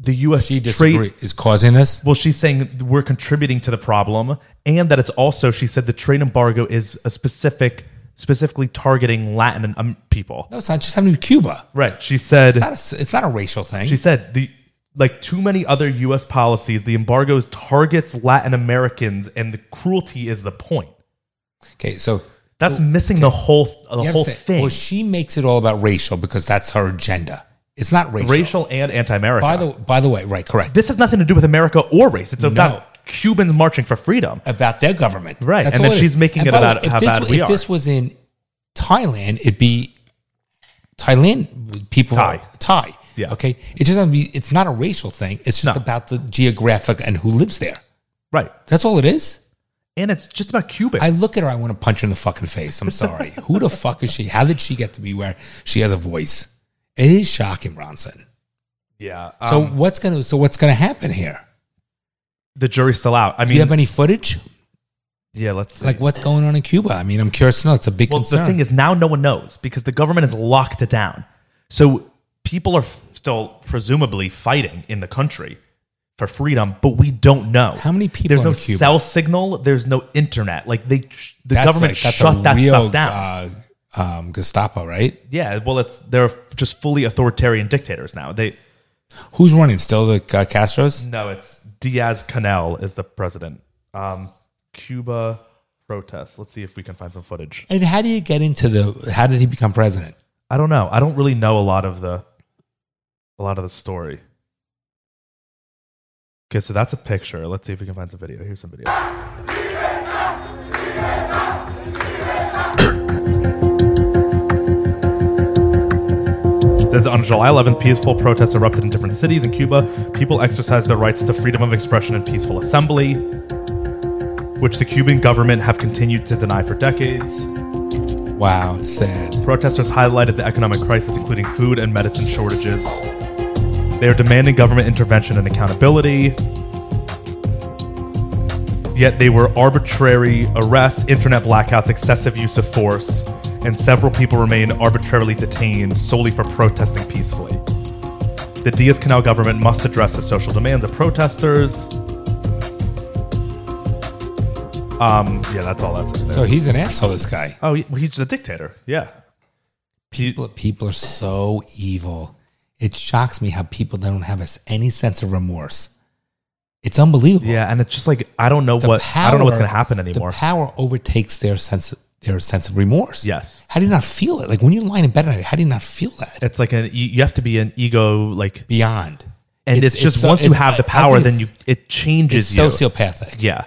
[SPEAKER 2] the U.S.
[SPEAKER 1] She
[SPEAKER 2] trade
[SPEAKER 1] disagree is causing this.
[SPEAKER 2] well, she's saying we're contributing to the problem, and that it's also she said the trade embargo is a specific specifically targeting Latin um, people.
[SPEAKER 1] No, it's not just happening to Cuba.
[SPEAKER 2] Right? She said
[SPEAKER 1] It's not a, s- it's not a racial thing.
[SPEAKER 2] she said the like too many other U.S. policies, the embargoes targets Latin Americans, and the cruelty is the point.
[SPEAKER 1] okay, so
[SPEAKER 2] That's missing the whole the
[SPEAKER 1] you have
[SPEAKER 2] whole
[SPEAKER 1] to say- "Oh,
[SPEAKER 2] thing,
[SPEAKER 1] Well, she makes it all about racial because that's her agenda. It's not racial.
[SPEAKER 2] racial and anti-America.
[SPEAKER 1] By the by the way, right? Correct.
[SPEAKER 2] this has nothing to do with America or race. It's
[SPEAKER 1] No.
[SPEAKER 2] about Cubans marching for freedom.
[SPEAKER 1] about their government,
[SPEAKER 2] Right, and then
[SPEAKER 1] all
[SPEAKER 2] she's
[SPEAKER 1] is.
[SPEAKER 2] making
[SPEAKER 1] And
[SPEAKER 2] it
[SPEAKER 1] by the
[SPEAKER 2] about
[SPEAKER 1] if
[SPEAKER 2] how
[SPEAKER 1] this,
[SPEAKER 2] bad we
[SPEAKER 1] If
[SPEAKER 2] are.
[SPEAKER 1] this was in Thailand, it'd be Thailand people
[SPEAKER 2] Thai.
[SPEAKER 1] Thai.
[SPEAKER 2] Yeah.
[SPEAKER 1] Okay. It just doesn't be. It's not a racial thing. It's just
[SPEAKER 2] No.
[SPEAKER 1] about the geographic and who lives there.
[SPEAKER 2] Right,
[SPEAKER 1] That's all it is.
[SPEAKER 2] and it's just about Cubans.
[SPEAKER 1] I look at her, I want to punch her in the fucking face. I'm sorry. Who the fuck is she? How did she get to be where she has a voice? It is shocking, Ronson.
[SPEAKER 2] yeah.
[SPEAKER 1] So
[SPEAKER 2] um,
[SPEAKER 1] what's gonna so what's gonna happen here?
[SPEAKER 2] the jury's still out. I
[SPEAKER 1] Do
[SPEAKER 2] mean,
[SPEAKER 1] you have any footage?
[SPEAKER 2] yeah. Let's see.
[SPEAKER 1] Like what's going on in Cuba? I mean, I'm curious to know. It's a big
[SPEAKER 2] Well,
[SPEAKER 1] concern.
[SPEAKER 2] the thing is, now no one knows because the government has locked it down. So people are f- still presumably fighting in the country for freedom, but we don't know
[SPEAKER 1] How many people
[SPEAKER 2] There's
[SPEAKER 1] are
[SPEAKER 2] no
[SPEAKER 1] in Cuba?
[SPEAKER 2] cell signal. There's no internet. Like they, the
[SPEAKER 1] That's
[SPEAKER 2] government
[SPEAKER 1] like- that's a
[SPEAKER 2] shut that
[SPEAKER 1] real,
[SPEAKER 2] stuff down.
[SPEAKER 1] Uh, um, Gestapo, right?
[SPEAKER 2] Yeah, well, it's they're just fully authoritarian dictators now. They
[SPEAKER 1] Who's running? Still the uh, Castro's?
[SPEAKER 2] no, it's Diaz Canel is the president. Um, Cuba protests. Let's see if we can find some footage.
[SPEAKER 1] And how do you get into the? How did he become president?
[SPEAKER 2] I don't know. I don't really know a lot of the a lot of the story. Okay, so that's a picture. Let's see if we can find some video. Here's some video. Says on July 11th, peaceful protests erupted in different cities in Cuba. People exercised their rights to freedom of expression and peaceful assembly, which the Cuban government have continued to deny for decades.
[SPEAKER 1] Wow, it's sad.
[SPEAKER 2] Protesters highlighted the economic crisis, including food and medicine shortages. They are demanding government intervention and accountability. Yet they were arbitrary arrests, internet blackouts, excessive use of force, and several people remain arbitrarily detained solely for protesting peacefully. The Diaz Canal government must address the social demands of protesters. Um, yeah, that's all that's in there.
[SPEAKER 1] So he's an asshole. This guy.
[SPEAKER 2] oh, he- he's a dictator. Yeah. He-
[SPEAKER 1] People, people are so evil. It shocks me how people don't have us any sense of remorse. It's unbelievable.
[SPEAKER 2] Yeah, and it's just like I don't know
[SPEAKER 1] The
[SPEAKER 2] what I don't know what's
[SPEAKER 1] power-
[SPEAKER 2] going to happen anymore.
[SPEAKER 1] The power overtakes their sense of, their sense of remorse.
[SPEAKER 2] Yes.
[SPEAKER 1] How do you not feel it? Like when you're lying in bed at night, how do you not feel that?
[SPEAKER 2] It's like an you- you have to be an ego like,
[SPEAKER 1] Beyond.
[SPEAKER 2] and it's, just
[SPEAKER 1] so-
[SPEAKER 2] once you
[SPEAKER 1] it's-
[SPEAKER 2] have the
[SPEAKER 1] I- I
[SPEAKER 2] power,
[SPEAKER 1] think
[SPEAKER 2] then
[SPEAKER 1] it's-
[SPEAKER 2] you it changes
[SPEAKER 1] It's
[SPEAKER 2] you.
[SPEAKER 1] sociopathic.
[SPEAKER 2] yeah,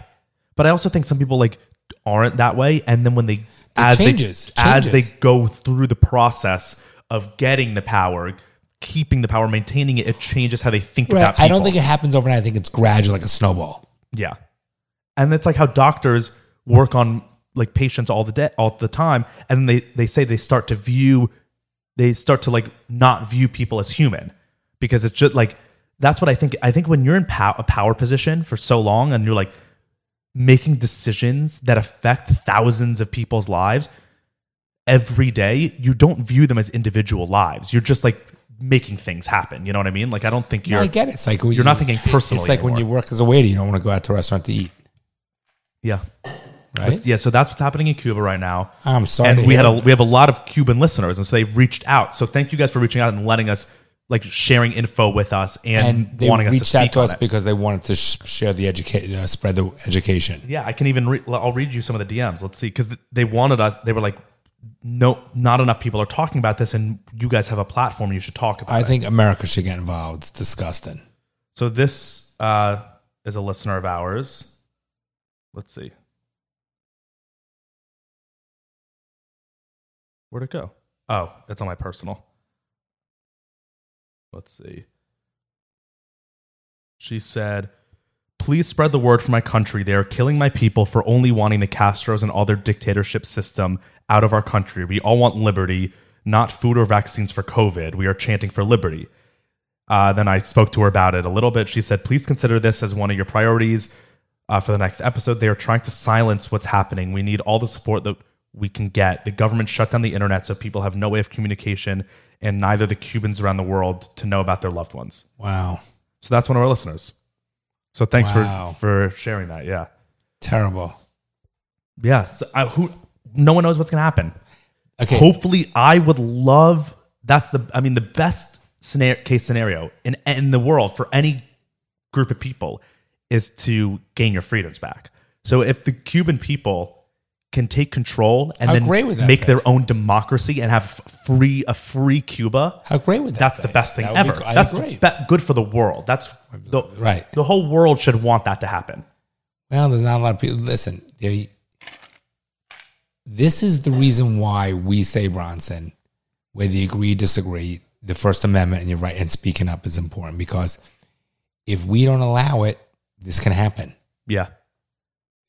[SPEAKER 2] but I also think some people like aren't that way, and then when they as
[SPEAKER 1] changes,
[SPEAKER 2] they as they
[SPEAKER 1] changes.
[SPEAKER 2] go through the process of getting the power, keeping the power, maintaining it, it changes how they think about.
[SPEAKER 1] Right.
[SPEAKER 2] People.
[SPEAKER 1] I don't think it happens overnight. I think it's gradual, like a snowball.
[SPEAKER 2] Yeah. And it's like how doctors work on like patients all the day all the time and they they say they start to view they start to like not view people as human because it's just like that's what I think I think when you're in pow- a power position for so long and you're like making decisions that affect thousands of people's lives every day you don't view them as individual lives you're just like making things happen you know what I mean like I don't think
[SPEAKER 1] No,
[SPEAKER 2] you're
[SPEAKER 1] I get it. It's like when
[SPEAKER 2] you're not thinking personally
[SPEAKER 1] It's like when you
[SPEAKER 2] anymore.
[SPEAKER 1] work as a waiter, you don't want to go out to a restaurant to eat,
[SPEAKER 2] yeah
[SPEAKER 1] right?
[SPEAKER 2] Yeah, so that's what's happening in Cuba right now.
[SPEAKER 1] I'm sorry. to
[SPEAKER 2] and we
[SPEAKER 1] hear
[SPEAKER 2] had a
[SPEAKER 1] that.
[SPEAKER 2] we have a lot of Cuban listeners, and so they've reached out. So thank you guys for reaching out and letting us like sharing info with us and,
[SPEAKER 1] and they
[SPEAKER 2] wanting us to
[SPEAKER 1] reached
[SPEAKER 2] speak
[SPEAKER 1] out to
[SPEAKER 2] on
[SPEAKER 1] us
[SPEAKER 2] it.
[SPEAKER 1] because they wanted to sh- share the education, uh, spread the education.
[SPEAKER 2] yeah, I can even re- I'll read you some of the DMs. Let's see, because they wanted us. They were like, no, not enough people are talking about this, and you guys have a platform. You should talk about.
[SPEAKER 1] I
[SPEAKER 2] it.
[SPEAKER 1] think America should get involved. It's disgusting.
[SPEAKER 2] So this uh, is a listener of ours. Let's see. Where'd it go? Oh, that's on my personal. Let's see. She said, Please spread the word for my country. They are killing my people for only wanting the Castros and all their dictatorship system out of our country. We all want liberty, not food or vaccines for COVID. We are chanting for liberty. Uh, then I spoke to her about it a little bit. She said, please consider this as one of your priorities uh, for the next episode. They are trying to silence what's happening. We need all the support that we can get. The government shut down the internet so people have no way of communication and neither the Cubans around the world to know about their loved ones.
[SPEAKER 1] Wow.
[SPEAKER 2] So that's one of our listeners. So thanks
[SPEAKER 1] Wow.
[SPEAKER 2] for, for sharing that. Yeah.
[SPEAKER 1] Terrible.
[SPEAKER 2] Yeah. So I, who, no one knows what's going to happen.
[SPEAKER 1] Okay.
[SPEAKER 2] Hopefully, I would love. That's the. I mean, the best scenario, case scenario in in the world for any group of people is to gain your freedoms back. So if the Cuban people can take control and
[SPEAKER 1] How
[SPEAKER 2] then
[SPEAKER 1] great would that
[SPEAKER 2] make
[SPEAKER 1] be?
[SPEAKER 2] their own democracy and have free a free Cuba,
[SPEAKER 1] How great would that
[SPEAKER 2] that's
[SPEAKER 1] be?
[SPEAKER 2] the best thing
[SPEAKER 1] That would
[SPEAKER 2] ever.
[SPEAKER 1] be gr- I
[SPEAKER 2] that's
[SPEAKER 1] agree.
[SPEAKER 2] be- good for the world. That's the,
[SPEAKER 1] Right.
[SPEAKER 2] The whole world should want that to happen.
[SPEAKER 1] Well, there's not a lot of people. Listen, there- this is the reason why we say, Bronson, whether you agree, disagree, the First Amendment and your right and speaking up is important because if we don't allow it, this can happen.
[SPEAKER 2] Yeah.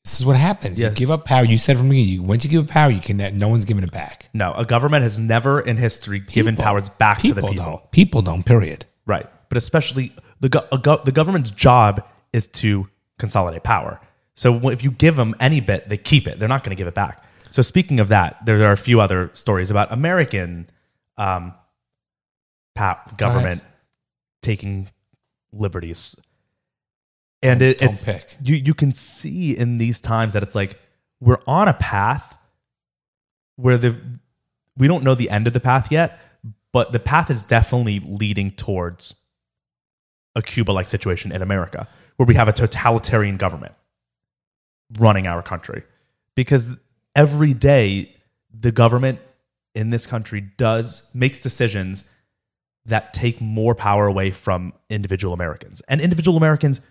[SPEAKER 1] This is what happens.
[SPEAKER 2] Yeah.
[SPEAKER 1] You give up power. You said from me, you, once you give up power, you can. No one's giving it back.
[SPEAKER 2] No, a government has never in history given
[SPEAKER 1] People-
[SPEAKER 2] powers back to the people.
[SPEAKER 1] Don't. People don't. Period.
[SPEAKER 2] Right. But especially the go- a go- the government's job is to consolidate power. So wh- if you give them any bit, they keep it. They're not going to give it back. So speaking of that, there are a few other stories about American um, pa- government taking liberties, and it,
[SPEAKER 1] Don't
[SPEAKER 2] it's
[SPEAKER 1] pick.
[SPEAKER 2] you. You can see in these times that it's like we're on a path where the we don't know the end of the path yet, but the path is definitely leading towards a Cuba like situation in America where we have a totalitarian government running our country because every day the government in this country does makes decisions that take more power away from individual Americans and individual Americans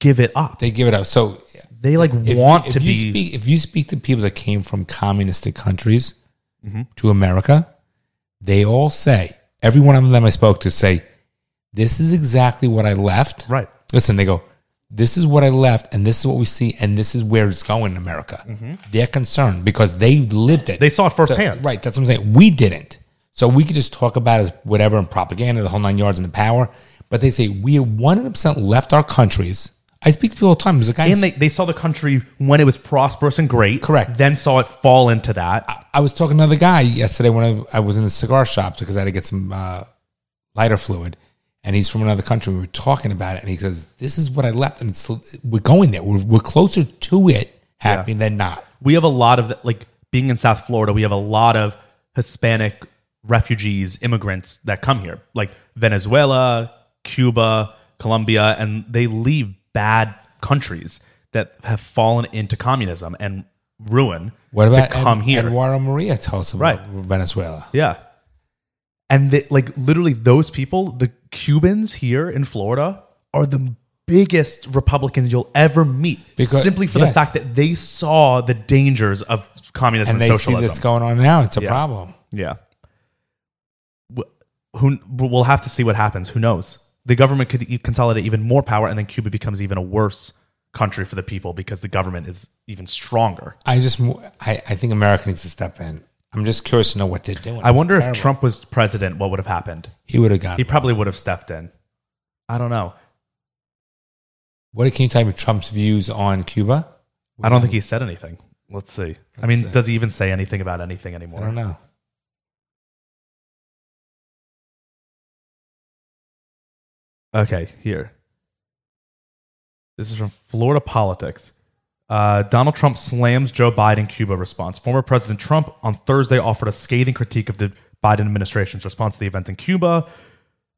[SPEAKER 2] give it up
[SPEAKER 1] They give it up. So
[SPEAKER 2] they like
[SPEAKER 1] if
[SPEAKER 2] want
[SPEAKER 1] you,
[SPEAKER 2] to
[SPEAKER 1] if you
[SPEAKER 2] be
[SPEAKER 1] speak if you speak to people that came from communistic countries
[SPEAKER 2] Mm-hmm.
[SPEAKER 1] to America, they all say every one of them I spoke to say, "This is exactly what I left."
[SPEAKER 2] right
[SPEAKER 1] Listen, they go, "This is what I left, and this is what we see, and this is where it's going in America." They're concerned because they lived it.
[SPEAKER 2] Mm-hmm. They saw it
[SPEAKER 1] So-
[SPEAKER 2] firsthand.
[SPEAKER 1] right? That's what I'm saying. We didn't, so we could just talk about it as whatever and propaganda, the whole nine yards, and the power. But they say we 100 percent left our countries. I speak to people all the time. There's a guy in
[SPEAKER 2] and they, they saw the country when it was prosperous and great
[SPEAKER 1] Correct.
[SPEAKER 2] then saw it fall into that
[SPEAKER 1] I was talking to another guy yesterday when I, I was in the cigar shop because I had to get some uh, lighter fluid, and he's from another country. We were talking about it, and he says, "This is what I left, and it's, we're going there. We're, we're closer to it happening than not."
[SPEAKER 2] we have a lot of like being in South Florida, we have a lot of Hispanic refugees, immigrants that come here, like Venezuela, Cuba, Colombia, and they leave bad countries that have fallen into communism and ruin
[SPEAKER 1] What about
[SPEAKER 2] to come
[SPEAKER 1] Ed-
[SPEAKER 2] here.
[SPEAKER 1] Eduardo Maria tells us about Venezuela.
[SPEAKER 2] Yeah. And that like literally those people, the Cubans here in Florida are the biggest Republicans you'll ever meet
[SPEAKER 1] Because-
[SPEAKER 2] simply for
[SPEAKER 1] yeah.
[SPEAKER 2] the fact that they saw the dangers of communism
[SPEAKER 1] And
[SPEAKER 2] and,
[SPEAKER 1] they
[SPEAKER 2] socialism.
[SPEAKER 1] see this going on now. It's a
[SPEAKER 2] Yeah.
[SPEAKER 1] problem.
[SPEAKER 2] Yeah. Wh- Who we'll have to see what happens. Who knows? The government could e- consolidate even more power, and then Cuba becomes even a worse country for the people because the government is even stronger.
[SPEAKER 1] I just, I, I think America needs to step in. I'm just curious to know what they're doing.
[SPEAKER 2] I
[SPEAKER 1] It's
[SPEAKER 2] wonder if
[SPEAKER 1] terrible.
[SPEAKER 2] Trump was president, what would have happened?
[SPEAKER 1] he would have gone.
[SPEAKER 2] He probably would have stepped in. I don't know.
[SPEAKER 1] what can you tell me? Trump's views on Cuba?
[SPEAKER 2] I don't think he said anything. Let's see. I mean,
[SPEAKER 1] see.
[SPEAKER 2] does he even say anything about anything
[SPEAKER 1] I don't
[SPEAKER 2] anymore?
[SPEAKER 1] know.
[SPEAKER 2] Okay, here. This is from Florida Politics. Uh, Donald Trump slams Joe Biden Cuba response. Former President Trump on Thursday offered a scathing critique of the Biden administration's response to the event in Cuba.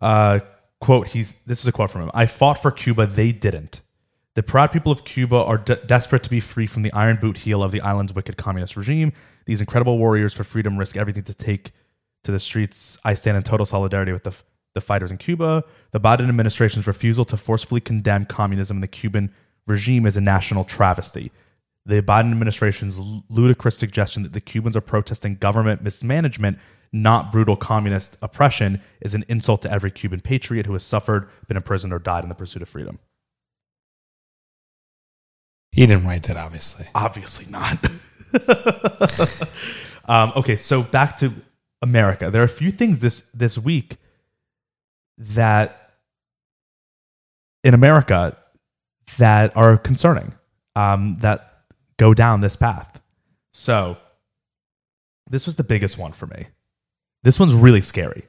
[SPEAKER 2] Uh, quote, he's, this is a quote from him I fought for Cuba, they didn't. The proud people of Cuba are de- desperate to be free from the iron boot heel of the island's wicked communist regime. These incredible warriors for freedom risk everything to take to the streets. I stand in total solidarity with the, f- the fighters in Cuba. The Biden administration's refusal to forcefully condemn communism and the Cuban regime is a national travesty. the Biden administration's ludicrous suggestion that the Cubans are protesting government mismanagement, not brutal communist oppression, is an insult to every Cuban patriot who has suffered, been imprisoned, or died in the pursuit of freedom.
[SPEAKER 1] He didn't write that, obviously.
[SPEAKER 2] Obviously not. um, okay, so back to America. There are a few things this this week that in America that are concerning um, that go down this path. So this was the biggest one for me. This one's really scary,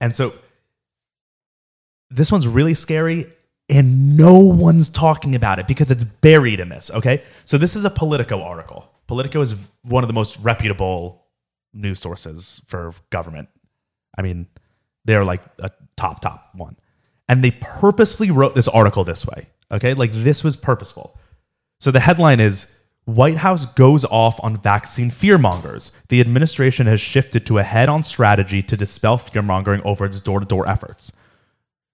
[SPEAKER 2] and so this one's really scary and no one's talking about it because it's buried in this. Okay. So this is a Politico article. Politico is one of the most reputable news sources for government. I mean, they're like a top, top one. And they purposefully wrote this article this way. Okay. Like this was purposeful. So the headline is White House goes off on vaccine fearmongers. The administration has shifted to a head on strategy to dispel fearmongering over its door to door efforts.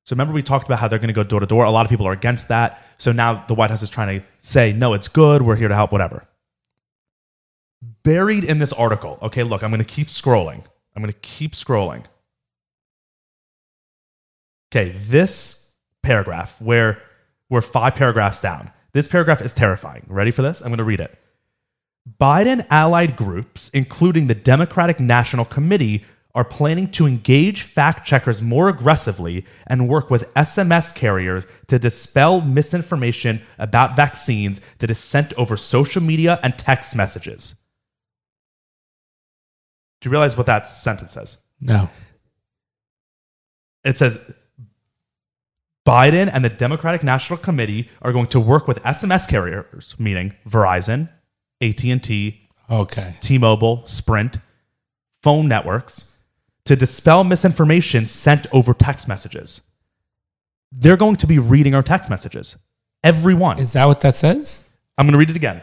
[SPEAKER 2] So remember we talked about how they're going to go door to door. A lot of people are against that. So now the White House is trying to say, no, it's good. We're here to help, whatever. Buried in this article. Okay, look, I'm going to keep scrolling. I'm going to keep scrolling. Okay, this paragraph where we're five paragraphs down. This paragraph is terrifying. Ready for this? I'm going to read it. Biden allied groups, including the Democratic National Committee, are planning to engage fact checkers more aggressively and work with SMS carriers to dispel misinformation about vaccines that is sent over social media and text messages. Do you realize what that sentence says?
[SPEAKER 1] No.
[SPEAKER 2] It says Biden and the Democratic National Committee are going to work with SMS carriers, meaning Verizon, AT&T,
[SPEAKER 1] Okay.
[SPEAKER 2] T-Mobile, Sprint, phone networks to dispel misinformation sent over text messages. They're going to be reading our text messages. Everyone.
[SPEAKER 1] Is that what that says?
[SPEAKER 2] I'm going to read it again.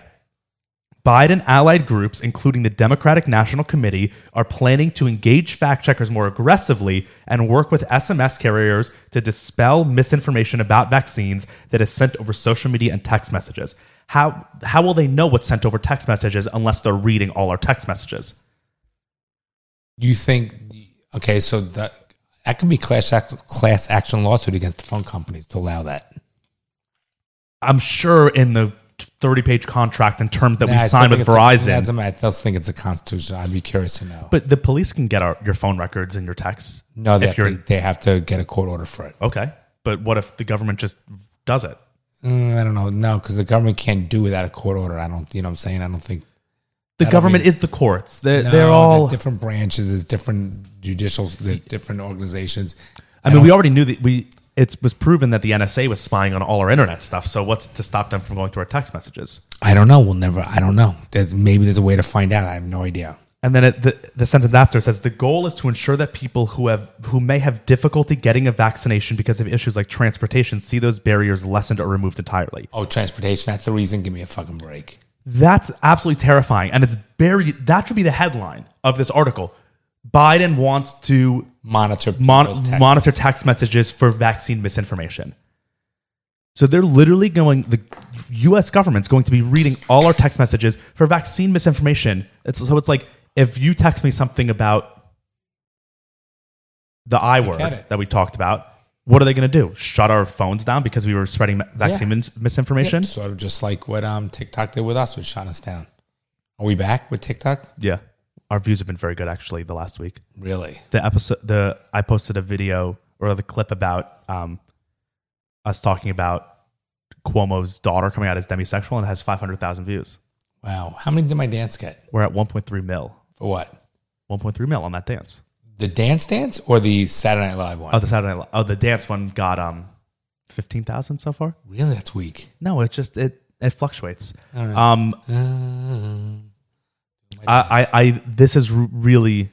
[SPEAKER 2] Biden allied groups, including the Democratic National Committee, are planning to engage fact checkers more aggressively and work with SMS carriers to dispel misinformation about vaccines that is sent over social media and text messages. How, how will they know what's sent over text messages unless they're reading all our text messages?
[SPEAKER 1] You think? the- Okay, so that that can be class ac- class action lawsuit against the phone companies to allow that.
[SPEAKER 2] I'm sure in the 30 page contract and terms that
[SPEAKER 1] Nah, I
[SPEAKER 2] we
[SPEAKER 1] still
[SPEAKER 2] signed
[SPEAKER 1] think
[SPEAKER 2] with
[SPEAKER 1] it's a-
[SPEAKER 2] Verizon.
[SPEAKER 1] that's a- I still think it's a constitution. I'd be curious to know.
[SPEAKER 2] but the police can get our, your phone records and your texts.
[SPEAKER 1] no, they
[SPEAKER 2] if
[SPEAKER 1] have,
[SPEAKER 2] you're
[SPEAKER 1] to, they have to get a court order for it.
[SPEAKER 2] okay. But what if the government just does it?
[SPEAKER 1] Mm, I don't know. No, because the government can't do without a court order. I don't. You know what I'm saying? I don't think
[SPEAKER 2] The
[SPEAKER 1] That'll
[SPEAKER 2] government
[SPEAKER 1] be-
[SPEAKER 2] is the courts. They're,
[SPEAKER 1] No,
[SPEAKER 2] they're all.
[SPEAKER 1] different branches. There's different judicial. There's different organizations.
[SPEAKER 2] I mean, we already knew that we. It was proven that the NSA was spying on all our internet stuff. So what's to stop them from going through our text messages?
[SPEAKER 1] I don't know. We'll never. I don't know. There's maybe there's a way to find out. I have no idea.
[SPEAKER 2] And then it, the, the sentence after says the goal is to ensure that people who have who may have difficulty getting a vaccination because of issues like transportation see those barriers lessened or removed entirely.
[SPEAKER 1] Oh, transportation. That's the reason. Give me a fucking break.
[SPEAKER 2] That's absolutely terrifying. And it's buried. That should be the headline of this article. Biden wants to
[SPEAKER 1] Monitor.
[SPEAKER 2] mon-
[SPEAKER 1] people's texts.
[SPEAKER 2] monitor text messages for vaccine misinformation. So they're literally going, the US government's going to be reading all our text messages for vaccine misinformation. It's, so it's like if you text me something about the I word
[SPEAKER 1] get it.
[SPEAKER 2] that we talked about, what are they going to do? Shut our phones down because we were spreading ma- vaccine
[SPEAKER 1] Yeah.
[SPEAKER 2] min- misinformation?
[SPEAKER 1] Sort of just like what um TikTok did with us, which shot us down. Are we back with TikTok?
[SPEAKER 2] Yeah. Our views have been very good actually the last week.
[SPEAKER 1] Really?
[SPEAKER 2] The episode the I posted a video or the clip about um us talking about Cuomo's daughter coming out as demisexual and it has 500,000 views.
[SPEAKER 1] Wow. How many did my dance get?
[SPEAKER 2] We're at 1.3 mil.
[SPEAKER 1] For what?
[SPEAKER 2] 1.3 mil on that dance.
[SPEAKER 1] The dance dance or the Saturday Night Live one?
[SPEAKER 2] Oh, the Saturday Night- oh the dance one got um 15,000 so far?
[SPEAKER 1] really? That's weak.
[SPEAKER 2] No, it just it it fluctuates.
[SPEAKER 1] All right.
[SPEAKER 2] Um
[SPEAKER 1] Uh,
[SPEAKER 2] I, I, I this is r- really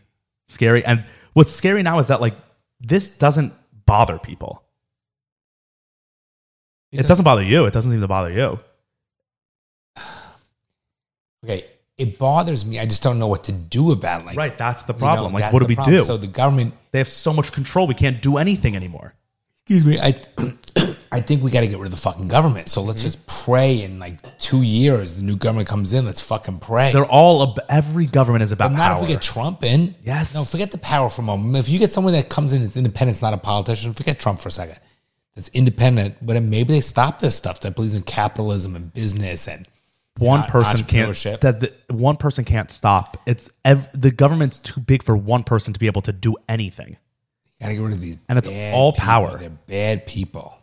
[SPEAKER 2] scary. And what's scary now is that like this doesn't bother people. It, doesn't bother you. It doesn't seem to bother you.
[SPEAKER 1] Okay. It bothers me. I just don't know what to do about it. like
[SPEAKER 2] right. That's the
[SPEAKER 1] you know,
[SPEAKER 2] problem. like,
[SPEAKER 1] that's
[SPEAKER 2] what do
[SPEAKER 1] the
[SPEAKER 2] we
[SPEAKER 1] problem.
[SPEAKER 2] do?
[SPEAKER 1] So the government
[SPEAKER 2] they have so much control. We can't do anything anymore.
[SPEAKER 1] excuse me, I I think we got to get rid of the fucking government. So
[SPEAKER 2] Mm-hmm.
[SPEAKER 1] let's just pray in like two years the new government comes in. Let's fucking pray.
[SPEAKER 2] They're all ab- every government is about
[SPEAKER 1] But not
[SPEAKER 2] power.
[SPEAKER 1] if we get Trump in.
[SPEAKER 2] Yes.
[SPEAKER 1] No, forget the power for a moment. If you get someone that comes in that's independent, not a politician, forget Trump for a second. That's independent, but then maybe they stop this stuff that believes in capitalism and business and
[SPEAKER 2] one
[SPEAKER 1] uh,
[SPEAKER 2] person can't
[SPEAKER 1] entrepreneurship.
[SPEAKER 2] that the, one person can't stop. It's ev- the government's too big for one person to be able to do anything.
[SPEAKER 1] gotta get rid of these.
[SPEAKER 2] And it's
[SPEAKER 1] bad
[SPEAKER 2] all
[SPEAKER 1] people.
[SPEAKER 2] power.
[SPEAKER 1] They're bad people.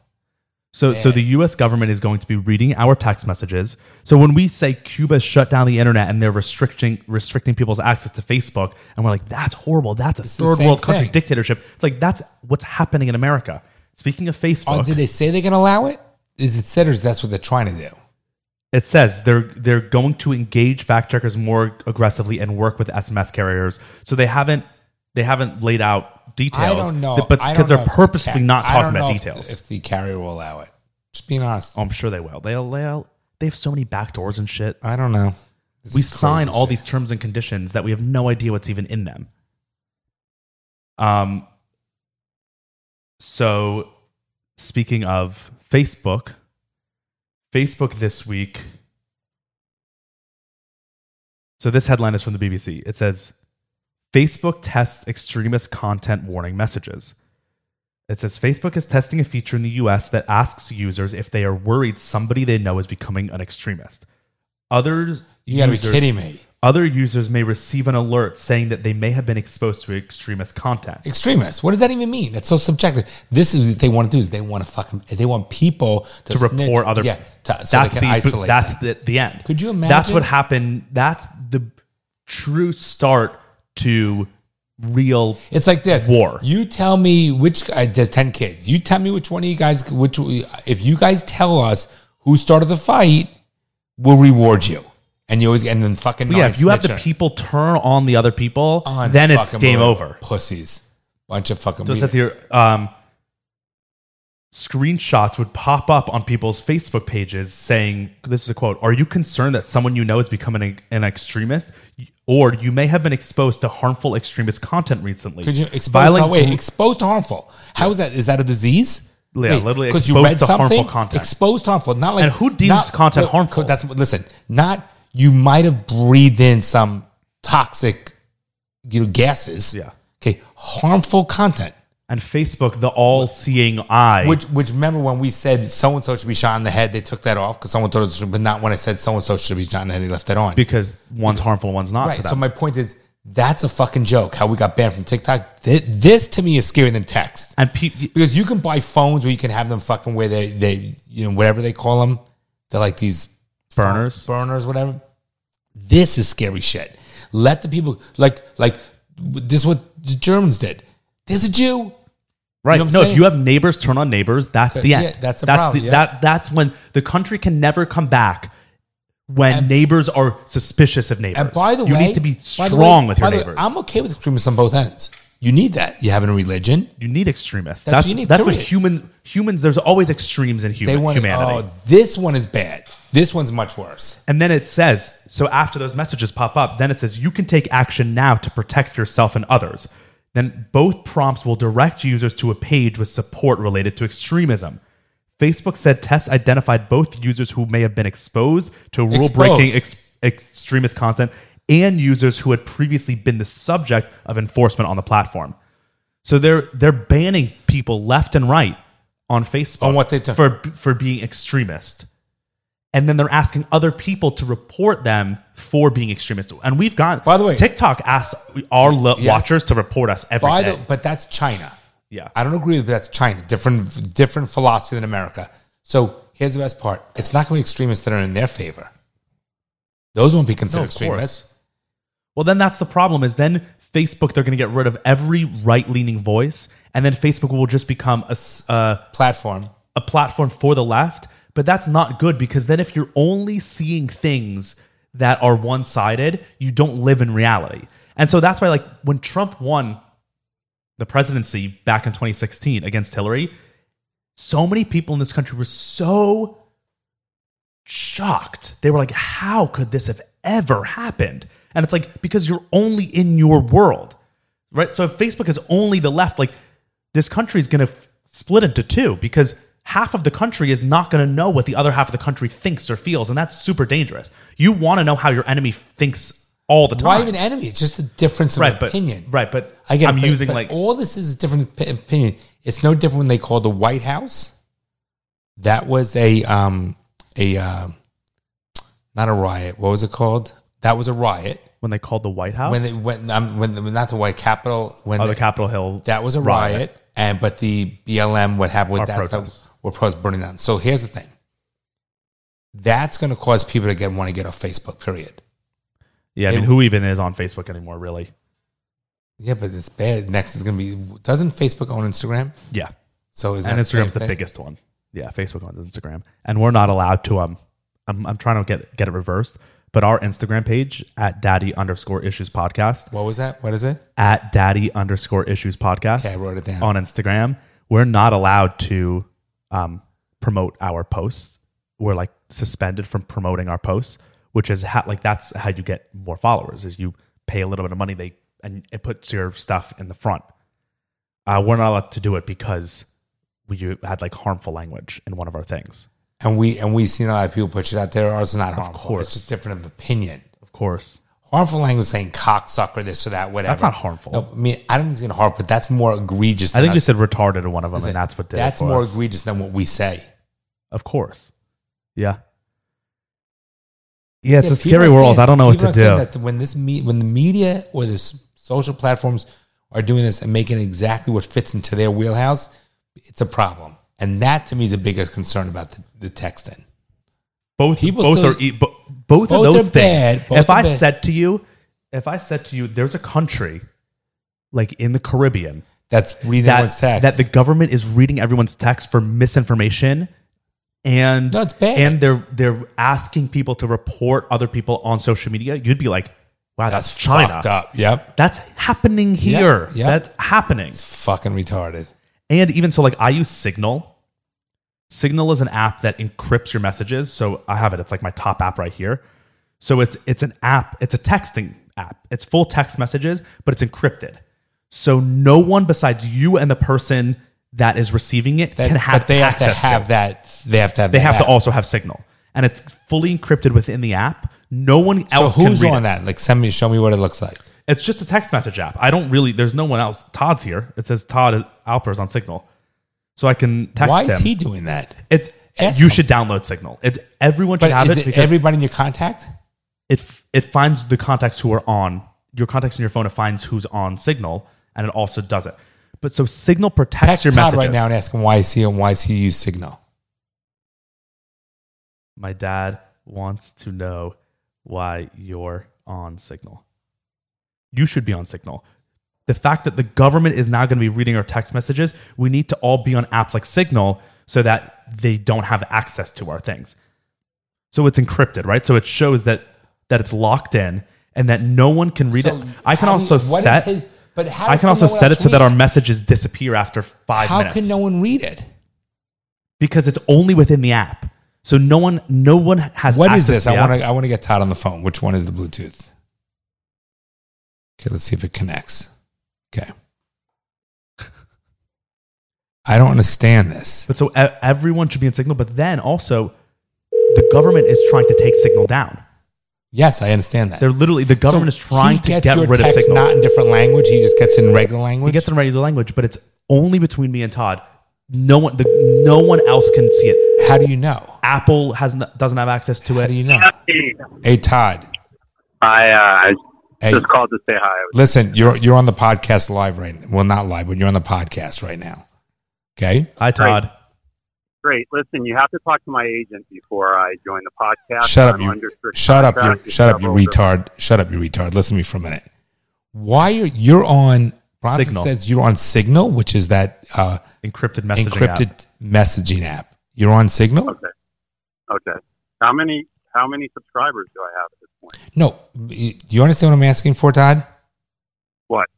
[SPEAKER 2] So, so the U.S. government is going to be reading our text messages. So when we say Cuba shut down the internet and they're restricting restricting people's access to Facebook, and we're like, that's horrible. That's a
[SPEAKER 1] the
[SPEAKER 2] third
[SPEAKER 1] same
[SPEAKER 2] world country
[SPEAKER 1] thing.
[SPEAKER 2] dictatorship. It's like that's what's happening in America. Speaking of
[SPEAKER 1] Oh,
[SPEAKER 2] Facebook,
[SPEAKER 1] did they say they're gonna allow it? Is it said or is that's what they're trying to do?
[SPEAKER 2] it says they're they're going to engage fact checkers more aggressively and work with SMS carriers. So they haven't they haven't laid out details.
[SPEAKER 1] I don't know,
[SPEAKER 2] but
[SPEAKER 1] I
[SPEAKER 2] because
[SPEAKER 1] don't
[SPEAKER 2] they're
[SPEAKER 1] know if the
[SPEAKER 2] purposefully
[SPEAKER 1] car-
[SPEAKER 2] not
[SPEAKER 1] I
[SPEAKER 2] talking
[SPEAKER 1] don't
[SPEAKER 2] about
[SPEAKER 1] know if-
[SPEAKER 2] details.
[SPEAKER 1] If the carrier will allow it, just being honest.
[SPEAKER 2] oh, I'm sure they will. They'll they'll they have so many backdoors and shit.
[SPEAKER 1] I don't know. This
[SPEAKER 2] we
[SPEAKER 1] is crazy
[SPEAKER 2] sign all
[SPEAKER 1] shit.
[SPEAKER 2] these terms and conditions that we have no idea what's even in them. Um, so speaking of Facebook, Facebook this week. So this headline is from the BBC. It says Facebook tests extremist content warning messages. It says Facebook is testing a feature in the US that asks users if they are worried somebody they know is becoming an extremist. Others
[SPEAKER 1] You gotta
[SPEAKER 2] users-
[SPEAKER 1] be kidding me.
[SPEAKER 2] other users may receive an alert saying that they may have been exposed to extremist content.
[SPEAKER 1] Extremists. What does that even mean? That's so subjective. This is what they want to do. Is they want to fucking. They want people to,
[SPEAKER 2] To
[SPEAKER 1] snitch-
[SPEAKER 2] report other,
[SPEAKER 1] Yeah. To, so that's they can
[SPEAKER 2] the
[SPEAKER 1] isolate.
[SPEAKER 2] that's
[SPEAKER 1] them.
[SPEAKER 2] the, the end.
[SPEAKER 1] Could you
[SPEAKER 2] That's
[SPEAKER 1] imagine?
[SPEAKER 2] what happened. That's the true start to real.
[SPEAKER 1] It's like this
[SPEAKER 2] war.
[SPEAKER 1] You tell me which. Uh, there's ten kids. You tell me which one of you guys. Which if you guys tell us who started the fight, we'll reward you. And you always and then fucking.
[SPEAKER 2] yeah, if you have the
[SPEAKER 1] non-snitching.
[SPEAKER 2] people turn on the other people, then it's
[SPEAKER 1] Unfucking
[SPEAKER 2] game
[SPEAKER 1] believable.
[SPEAKER 2] over.
[SPEAKER 1] Pussies. Bunch of fucking.
[SPEAKER 2] So it
[SPEAKER 1] weirdos.
[SPEAKER 2] says here, um, screenshots would pop up on people's Facebook pages saying, "This is a quote: Are you concerned that someone you know is becoming an extremist, or you may have been exposed to harmful extremist content recently?
[SPEAKER 1] Could you expose?
[SPEAKER 2] Violent
[SPEAKER 1] oh, wait,
[SPEAKER 2] gr-
[SPEAKER 1] exposed to harmful. How is that? Is that a disease?
[SPEAKER 2] Yeah,
[SPEAKER 1] Wait,
[SPEAKER 2] literally
[SPEAKER 1] 'cause
[SPEAKER 2] exposed to harmful content.
[SPEAKER 1] Exposed to harmful, not like
[SPEAKER 2] And who deems
[SPEAKER 1] not-
[SPEAKER 2] content
[SPEAKER 1] wait,
[SPEAKER 2] harmful?
[SPEAKER 1] That's listen. Not you might have breathed in some toxic, you know, gases.
[SPEAKER 2] Yeah.
[SPEAKER 1] Okay, harmful content.
[SPEAKER 2] and Facebook, the all-seeing eye.
[SPEAKER 1] Which, which remember when we said so and so should be shot in the head, they took that off because someone thought it was, but not when I said so and so should be shot in the head, he left it on.
[SPEAKER 2] because one's harmful, one's not. To
[SPEAKER 1] Right.
[SPEAKER 2] them.
[SPEAKER 1] So my point is that's a fucking joke. How we got banned from TikTok. Th- this to me is scarier than text
[SPEAKER 2] and pe-
[SPEAKER 1] because you can buy phones where you can have them fucking where they they you know whatever they call them. They're like these
[SPEAKER 2] Burners?
[SPEAKER 1] phone- burners, whatever. This is scary shit. Let the people like like this is what the Germans did. There's a Jew.
[SPEAKER 2] Right.
[SPEAKER 1] You know what
[SPEAKER 2] no,
[SPEAKER 1] I'm
[SPEAKER 2] if
[SPEAKER 1] saying?
[SPEAKER 2] you have neighbors turn on neighbors, that's the
[SPEAKER 1] Yeah,
[SPEAKER 2] end.
[SPEAKER 1] that's the problem, yeah.
[SPEAKER 2] that that's when the country can never come back when neighbors are suspicious of neighbors.
[SPEAKER 1] And by the
[SPEAKER 2] you
[SPEAKER 1] way,
[SPEAKER 2] need to be
[SPEAKER 1] by the
[SPEAKER 2] strong
[SPEAKER 1] way-
[SPEAKER 2] with your
[SPEAKER 1] by the way,
[SPEAKER 2] neighbors.
[SPEAKER 1] I'm okay with extremists on both ends. You need that. You have a religion.
[SPEAKER 2] you need extremists.
[SPEAKER 1] That's what
[SPEAKER 2] That's that's
[SPEAKER 1] you
[SPEAKER 2] what,
[SPEAKER 1] need, period.
[SPEAKER 2] human humans. There's always extremes in human
[SPEAKER 1] They want
[SPEAKER 2] humanity.
[SPEAKER 1] Oh, this one is bad. This one's much worse.
[SPEAKER 2] And then it says, so after those messages pop up, then it says you can take action now to protect yourself and others. Then both prompts will direct users to a page with support related to extremism. Facebook said tests identified both users who may have been exposed to rule breaking ex- extremist content and users who had previously been the subject of enforcement on the platform. So they're they're banning people left and right on Facebook
[SPEAKER 1] On what they took.
[SPEAKER 2] for for being extremist and then they're asking other people to report them for being extremists. And we've got
[SPEAKER 1] By the way-
[SPEAKER 2] TikTok asks our lo-
[SPEAKER 1] Yes.
[SPEAKER 2] watchers to report us every day.
[SPEAKER 1] By the, but that's China.
[SPEAKER 2] yeah,
[SPEAKER 1] I don't agree with that's China. Different different philosophy than America. So here's the best part. It's not going to be extremists that are in their favor. Those won't be considered
[SPEAKER 2] No, of course.
[SPEAKER 1] extremists.
[SPEAKER 2] Well, then that's the problem. Is then Facebook they're going to get rid of every right leaning voice, and then Facebook will just become a s- uh,
[SPEAKER 1] Platform.
[SPEAKER 2] a platform for the left. But that's not good because then if you're only seeing things that are one sided, you don't live in reality. And so that's why, like, when Trump won the presidency back in 2016 against Hillary, so many people in this country were so shocked. They were like, how could this have ever happened? And it's like, because you're only in your world, right? So if Facebook is only the left, like, this country is going to f- split into two because half of the country is not going to know what the other half of the country thinks or feels, and that's super dangerous. You want to know how your enemy thinks all the
[SPEAKER 1] Why
[SPEAKER 2] time,
[SPEAKER 1] even enemy? It's just a difference of
[SPEAKER 2] right? But
[SPEAKER 1] opinion.
[SPEAKER 2] right, but
[SPEAKER 1] I get. it,
[SPEAKER 2] I'm
[SPEAKER 1] but-
[SPEAKER 2] using
[SPEAKER 1] but
[SPEAKER 2] like
[SPEAKER 1] all this is a different p- opinion. It's no different when they call the White House. That was a um a uh, not a riot. What was it called? That was a riot
[SPEAKER 2] when they called the White House,
[SPEAKER 1] when they went um, when the, when not the White Capitol when
[SPEAKER 2] oh,
[SPEAKER 1] they-
[SPEAKER 2] the Capitol Hill.
[SPEAKER 1] that was a riot.
[SPEAKER 2] riot.
[SPEAKER 1] and but the BLM what happened
[SPEAKER 2] Or
[SPEAKER 1] with that
[SPEAKER 2] protests.
[SPEAKER 1] stuff were protests burning down. So here's the thing. That's going to cause people to get want to get off Facebook. Period.
[SPEAKER 2] yeah, I
[SPEAKER 1] it-
[SPEAKER 2] mean, who even is on Facebook anymore, really?
[SPEAKER 1] Yeah, but it's bad. Next is going to be doesn't Facebook own Instagram?
[SPEAKER 2] Yeah,
[SPEAKER 1] So is
[SPEAKER 2] and
[SPEAKER 1] that same
[SPEAKER 2] Instagram's the
[SPEAKER 1] thing?
[SPEAKER 2] biggest one. Yeah, Facebook owns Instagram, and we're not allowed to. Um, I'm, I'm trying to get get it reversed, but our Instagram page at Daddy underscore Issues Podcast
[SPEAKER 1] What was that? What is it?
[SPEAKER 2] at Daddy underscore Issues Podcast.
[SPEAKER 1] Okay, I wrote it down.
[SPEAKER 2] on Instagram. We're not allowed to um, promote our posts. We're like suspended from promoting our posts, which is how like that's how you get more followers is you pay a little bit of money they and it puts your stuff in the front. Uh, we're not allowed to do it because we you had like harmful language in one of our things.
[SPEAKER 1] and we and we've seen a lot of people put shit out there. Ours is not harmful.
[SPEAKER 2] course.
[SPEAKER 1] It's just different of opinion.
[SPEAKER 2] Of course,
[SPEAKER 1] Harmful language saying cocksucker, this or that, whatever.
[SPEAKER 2] that's not harmful.
[SPEAKER 1] No, I mean, I don't think it's gonna harm, but that's more egregious.
[SPEAKER 2] I
[SPEAKER 1] than
[SPEAKER 2] think we
[SPEAKER 1] us.
[SPEAKER 2] said retarded in one of them, and that's what did it
[SPEAKER 1] that's
[SPEAKER 2] for
[SPEAKER 1] more
[SPEAKER 2] us.
[SPEAKER 1] egregious than what we say.
[SPEAKER 2] Of course, yeah, yeah. It's
[SPEAKER 1] Yeah,
[SPEAKER 2] a scary
[SPEAKER 1] people
[SPEAKER 2] world.
[SPEAKER 1] understand-
[SPEAKER 2] I don't know what
[SPEAKER 1] people
[SPEAKER 2] to do.
[SPEAKER 1] understand That when this me, when the media or the s- social platforms are doing this and making exactly what fits into their wheelhouse, it's a problem. And that to me is the biggest concern about the, the texting.
[SPEAKER 2] both
[SPEAKER 1] People
[SPEAKER 2] both
[SPEAKER 1] still-
[SPEAKER 2] are e- bo- both, of
[SPEAKER 1] Both
[SPEAKER 2] those
[SPEAKER 1] are
[SPEAKER 2] things.
[SPEAKER 1] bad, both
[SPEAKER 2] if
[SPEAKER 1] are
[SPEAKER 2] I
[SPEAKER 1] bad.
[SPEAKER 2] said to you, if I said to you, there's a country like in the Caribbean
[SPEAKER 1] That's reading
[SPEAKER 2] that
[SPEAKER 1] everyone's text.
[SPEAKER 2] that the government is reading everyone's text for misinformation. And
[SPEAKER 1] No, it's bad.
[SPEAKER 2] and they're they're asking people to report other people on social media. You'd be like, "Wow, that's,
[SPEAKER 1] fucked
[SPEAKER 2] China.
[SPEAKER 1] up. Yep,
[SPEAKER 2] That's happening here.
[SPEAKER 1] yeah.
[SPEAKER 2] That's happening."
[SPEAKER 1] fucking retarded.
[SPEAKER 2] And even so, like I use Signal. Signal is an app that encrypts your messages. So I have it. It's like my top app right here. So it's it's an app. It's a texting app. It's full text messages, but it's encrypted. So no one besides you and the person that is receiving it
[SPEAKER 1] That,
[SPEAKER 2] can have
[SPEAKER 1] but they have to
[SPEAKER 2] access
[SPEAKER 1] have that. They have to have.
[SPEAKER 2] They have to
[SPEAKER 1] all.
[SPEAKER 2] also have Signal, and it's fully encrypted within the app. No one
[SPEAKER 1] So
[SPEAKER 2] else
[SPEAKER 1] who's
[SPEAKER 2] can read
[SPEAKER 1] on
[SPEAKER 2] it.
[SPEAKER 1] that? Like, send me, show me what it looks like.
[SPEAKER 2] It's just a text message app. I don't really. There's no one else. Todd's here. It says Todd Alper's on Signal, so I can text
[SPEAKER 1] Why
[SPEAKER 2] him.
[SPEAKER 1] is he doing that?
[SPEAKER 2] It's
[SPEAKER 1] Ask
[SPEAKER 2] you
[SPEAKER 1] them.
[SPEAKER 2] should download Signal. It everyone should
[SPEAKER 1] But
[SPEAKER 2] have
[SPEAKER 1] is
[SPEAKER 2] it,
[SPEAKER 1] it,
[SPEAKER 2] because
[SPEAKER 1] everybody in your contact?
[SPEAKER 2] it f- it finds the contacts who are on your contacts in your phone. It finds who's on Signal, and it also does it. But so Signal protects
[SPEAKER 1] Text
[SPEAKER 2] your
[SPEAKER 1] Todd
[SPEAKER 2] messages.
[SPEAKER 1] right now and ask him why is he and why is he use Signal.
[SPEAKER 2] My dad wants to know why you're on Signal. You should be on Signal. The fact that the government is now going to be reading our text messages, we need to all be on apps like Signal so that they don't have access to our things. So it's encrypted, right? So it shows that that it's locked in and that no one can read
[SPEAKER 1] So
[SPEAKER 2] it. I can
[SPEAKER 1] how
[SPEAKER 2] also
[SPEAKER 1] do you- what is
[SPEAKER 2] set
[SPEAKER 1] his- but how
[SPEAKER 2] I can
[SPEAKER 1] no
[SPEAKER 2] also
[SPEAKER 1] one
[SPEAKER 2] set it
[SPEAKER 1] else
[SPEAKER 2] so that
[SPEAKER 1] read
[SPEAKER 2] our messages disappear after 5
[SPEAKER 1] How
[SPEAKER 2] minutes
[SPEAKER 1] can no one read it?
[SPEAKER 2] because it's only within the app. So no one no one has
[SPEAKER 1] What is
[SPEAKER 2] access
[SPEAKER 1] this?
[SPEAKER 2] to the
[SPEAKER 1] I
[SPEAKER 2] app.
[SPEAKER 1] want to I want to get Todd on the phone. Which one is the Bluetooth? Okay, let's see if it connects. Okay. I don't understand this.
[SPEAKER 2] But so e- everyone should be in Signal. But then also, the government is trying to take Signal down.
[SPEAKER 1] Yes, I understand that.
[SPEAKER 2] They're literally the government
[SPEAKER 1] So
[SPEAKER 2] is trying
[SPEAKER 1] he
[SPEAKER 2] to
[SPEAKER 1] gets
[SPEAKER 2] get
[SPEAKER 1] your
[SPEAKER 2] rid of
[SPEAKER 1] text
[SPEAKER 2] Signal.
[SPEAKER 1] Not in different language. He just gets in regular
[SPEAKER 2] he
[SPEAKER 1] language.
[SPEAKER 2] gets in regular language, but it's only between me and Todd. No one, the, no one else can see it.
[SPEAKER 1] How do you know?
[SPEAKER 2] Apple has n- doesn't have access to
[SPEAKER 1] How do
[SPEAKER 2] it.
[SPEAKER 1] you know? Hey Todd.
[SPEAKER 5] I, uh, I
[SPEAKER 1] Hey,
[SPEAKER 5] just called to say hi.
[SPEAKER 1] listen. You're you're on the podcast live right. Well, not live, but you're on the podcast right now. Okay.
[SPEAKER 2] Hi, Todd.
[SPEAKER 5] Great. Listen, you have to talk to my agent before I join the podcast.
[SPEAKER 1] Shut up,
[SPEAKER 5] I'm
[SPEAKER 1] you.
[SPEAKER 5] under strict
[SPEAKER 1] Shut up,
[SPEAKER 5] contract
[SPEAKER 1] you.
[SPEAKER 5] with
[SPEAKER 1] Shut up, you
[SPEAKER 5] several different-
[SPEAKER 1] retard. Shut up, you retard. Listen to me for a minute. Why are you're on? Bronson
[SPEAKER 2] Signal.
[SPEAKER 1] says you're on Signal, which is that uh,
[SPEAKER 2] Encrypted messaging.
[SPEAKER 1] encrypted
[SPEAKER 2] Encrypted. App.
[SPEAKER 1] messaging app. You're on Signal?
[SPEAKER 5] Okay. How many? How many subscribers do I have at this point?
[SPEAKER 1] No. Do you understand what I'm asking for, Todd?
[SPEAKER 5] What?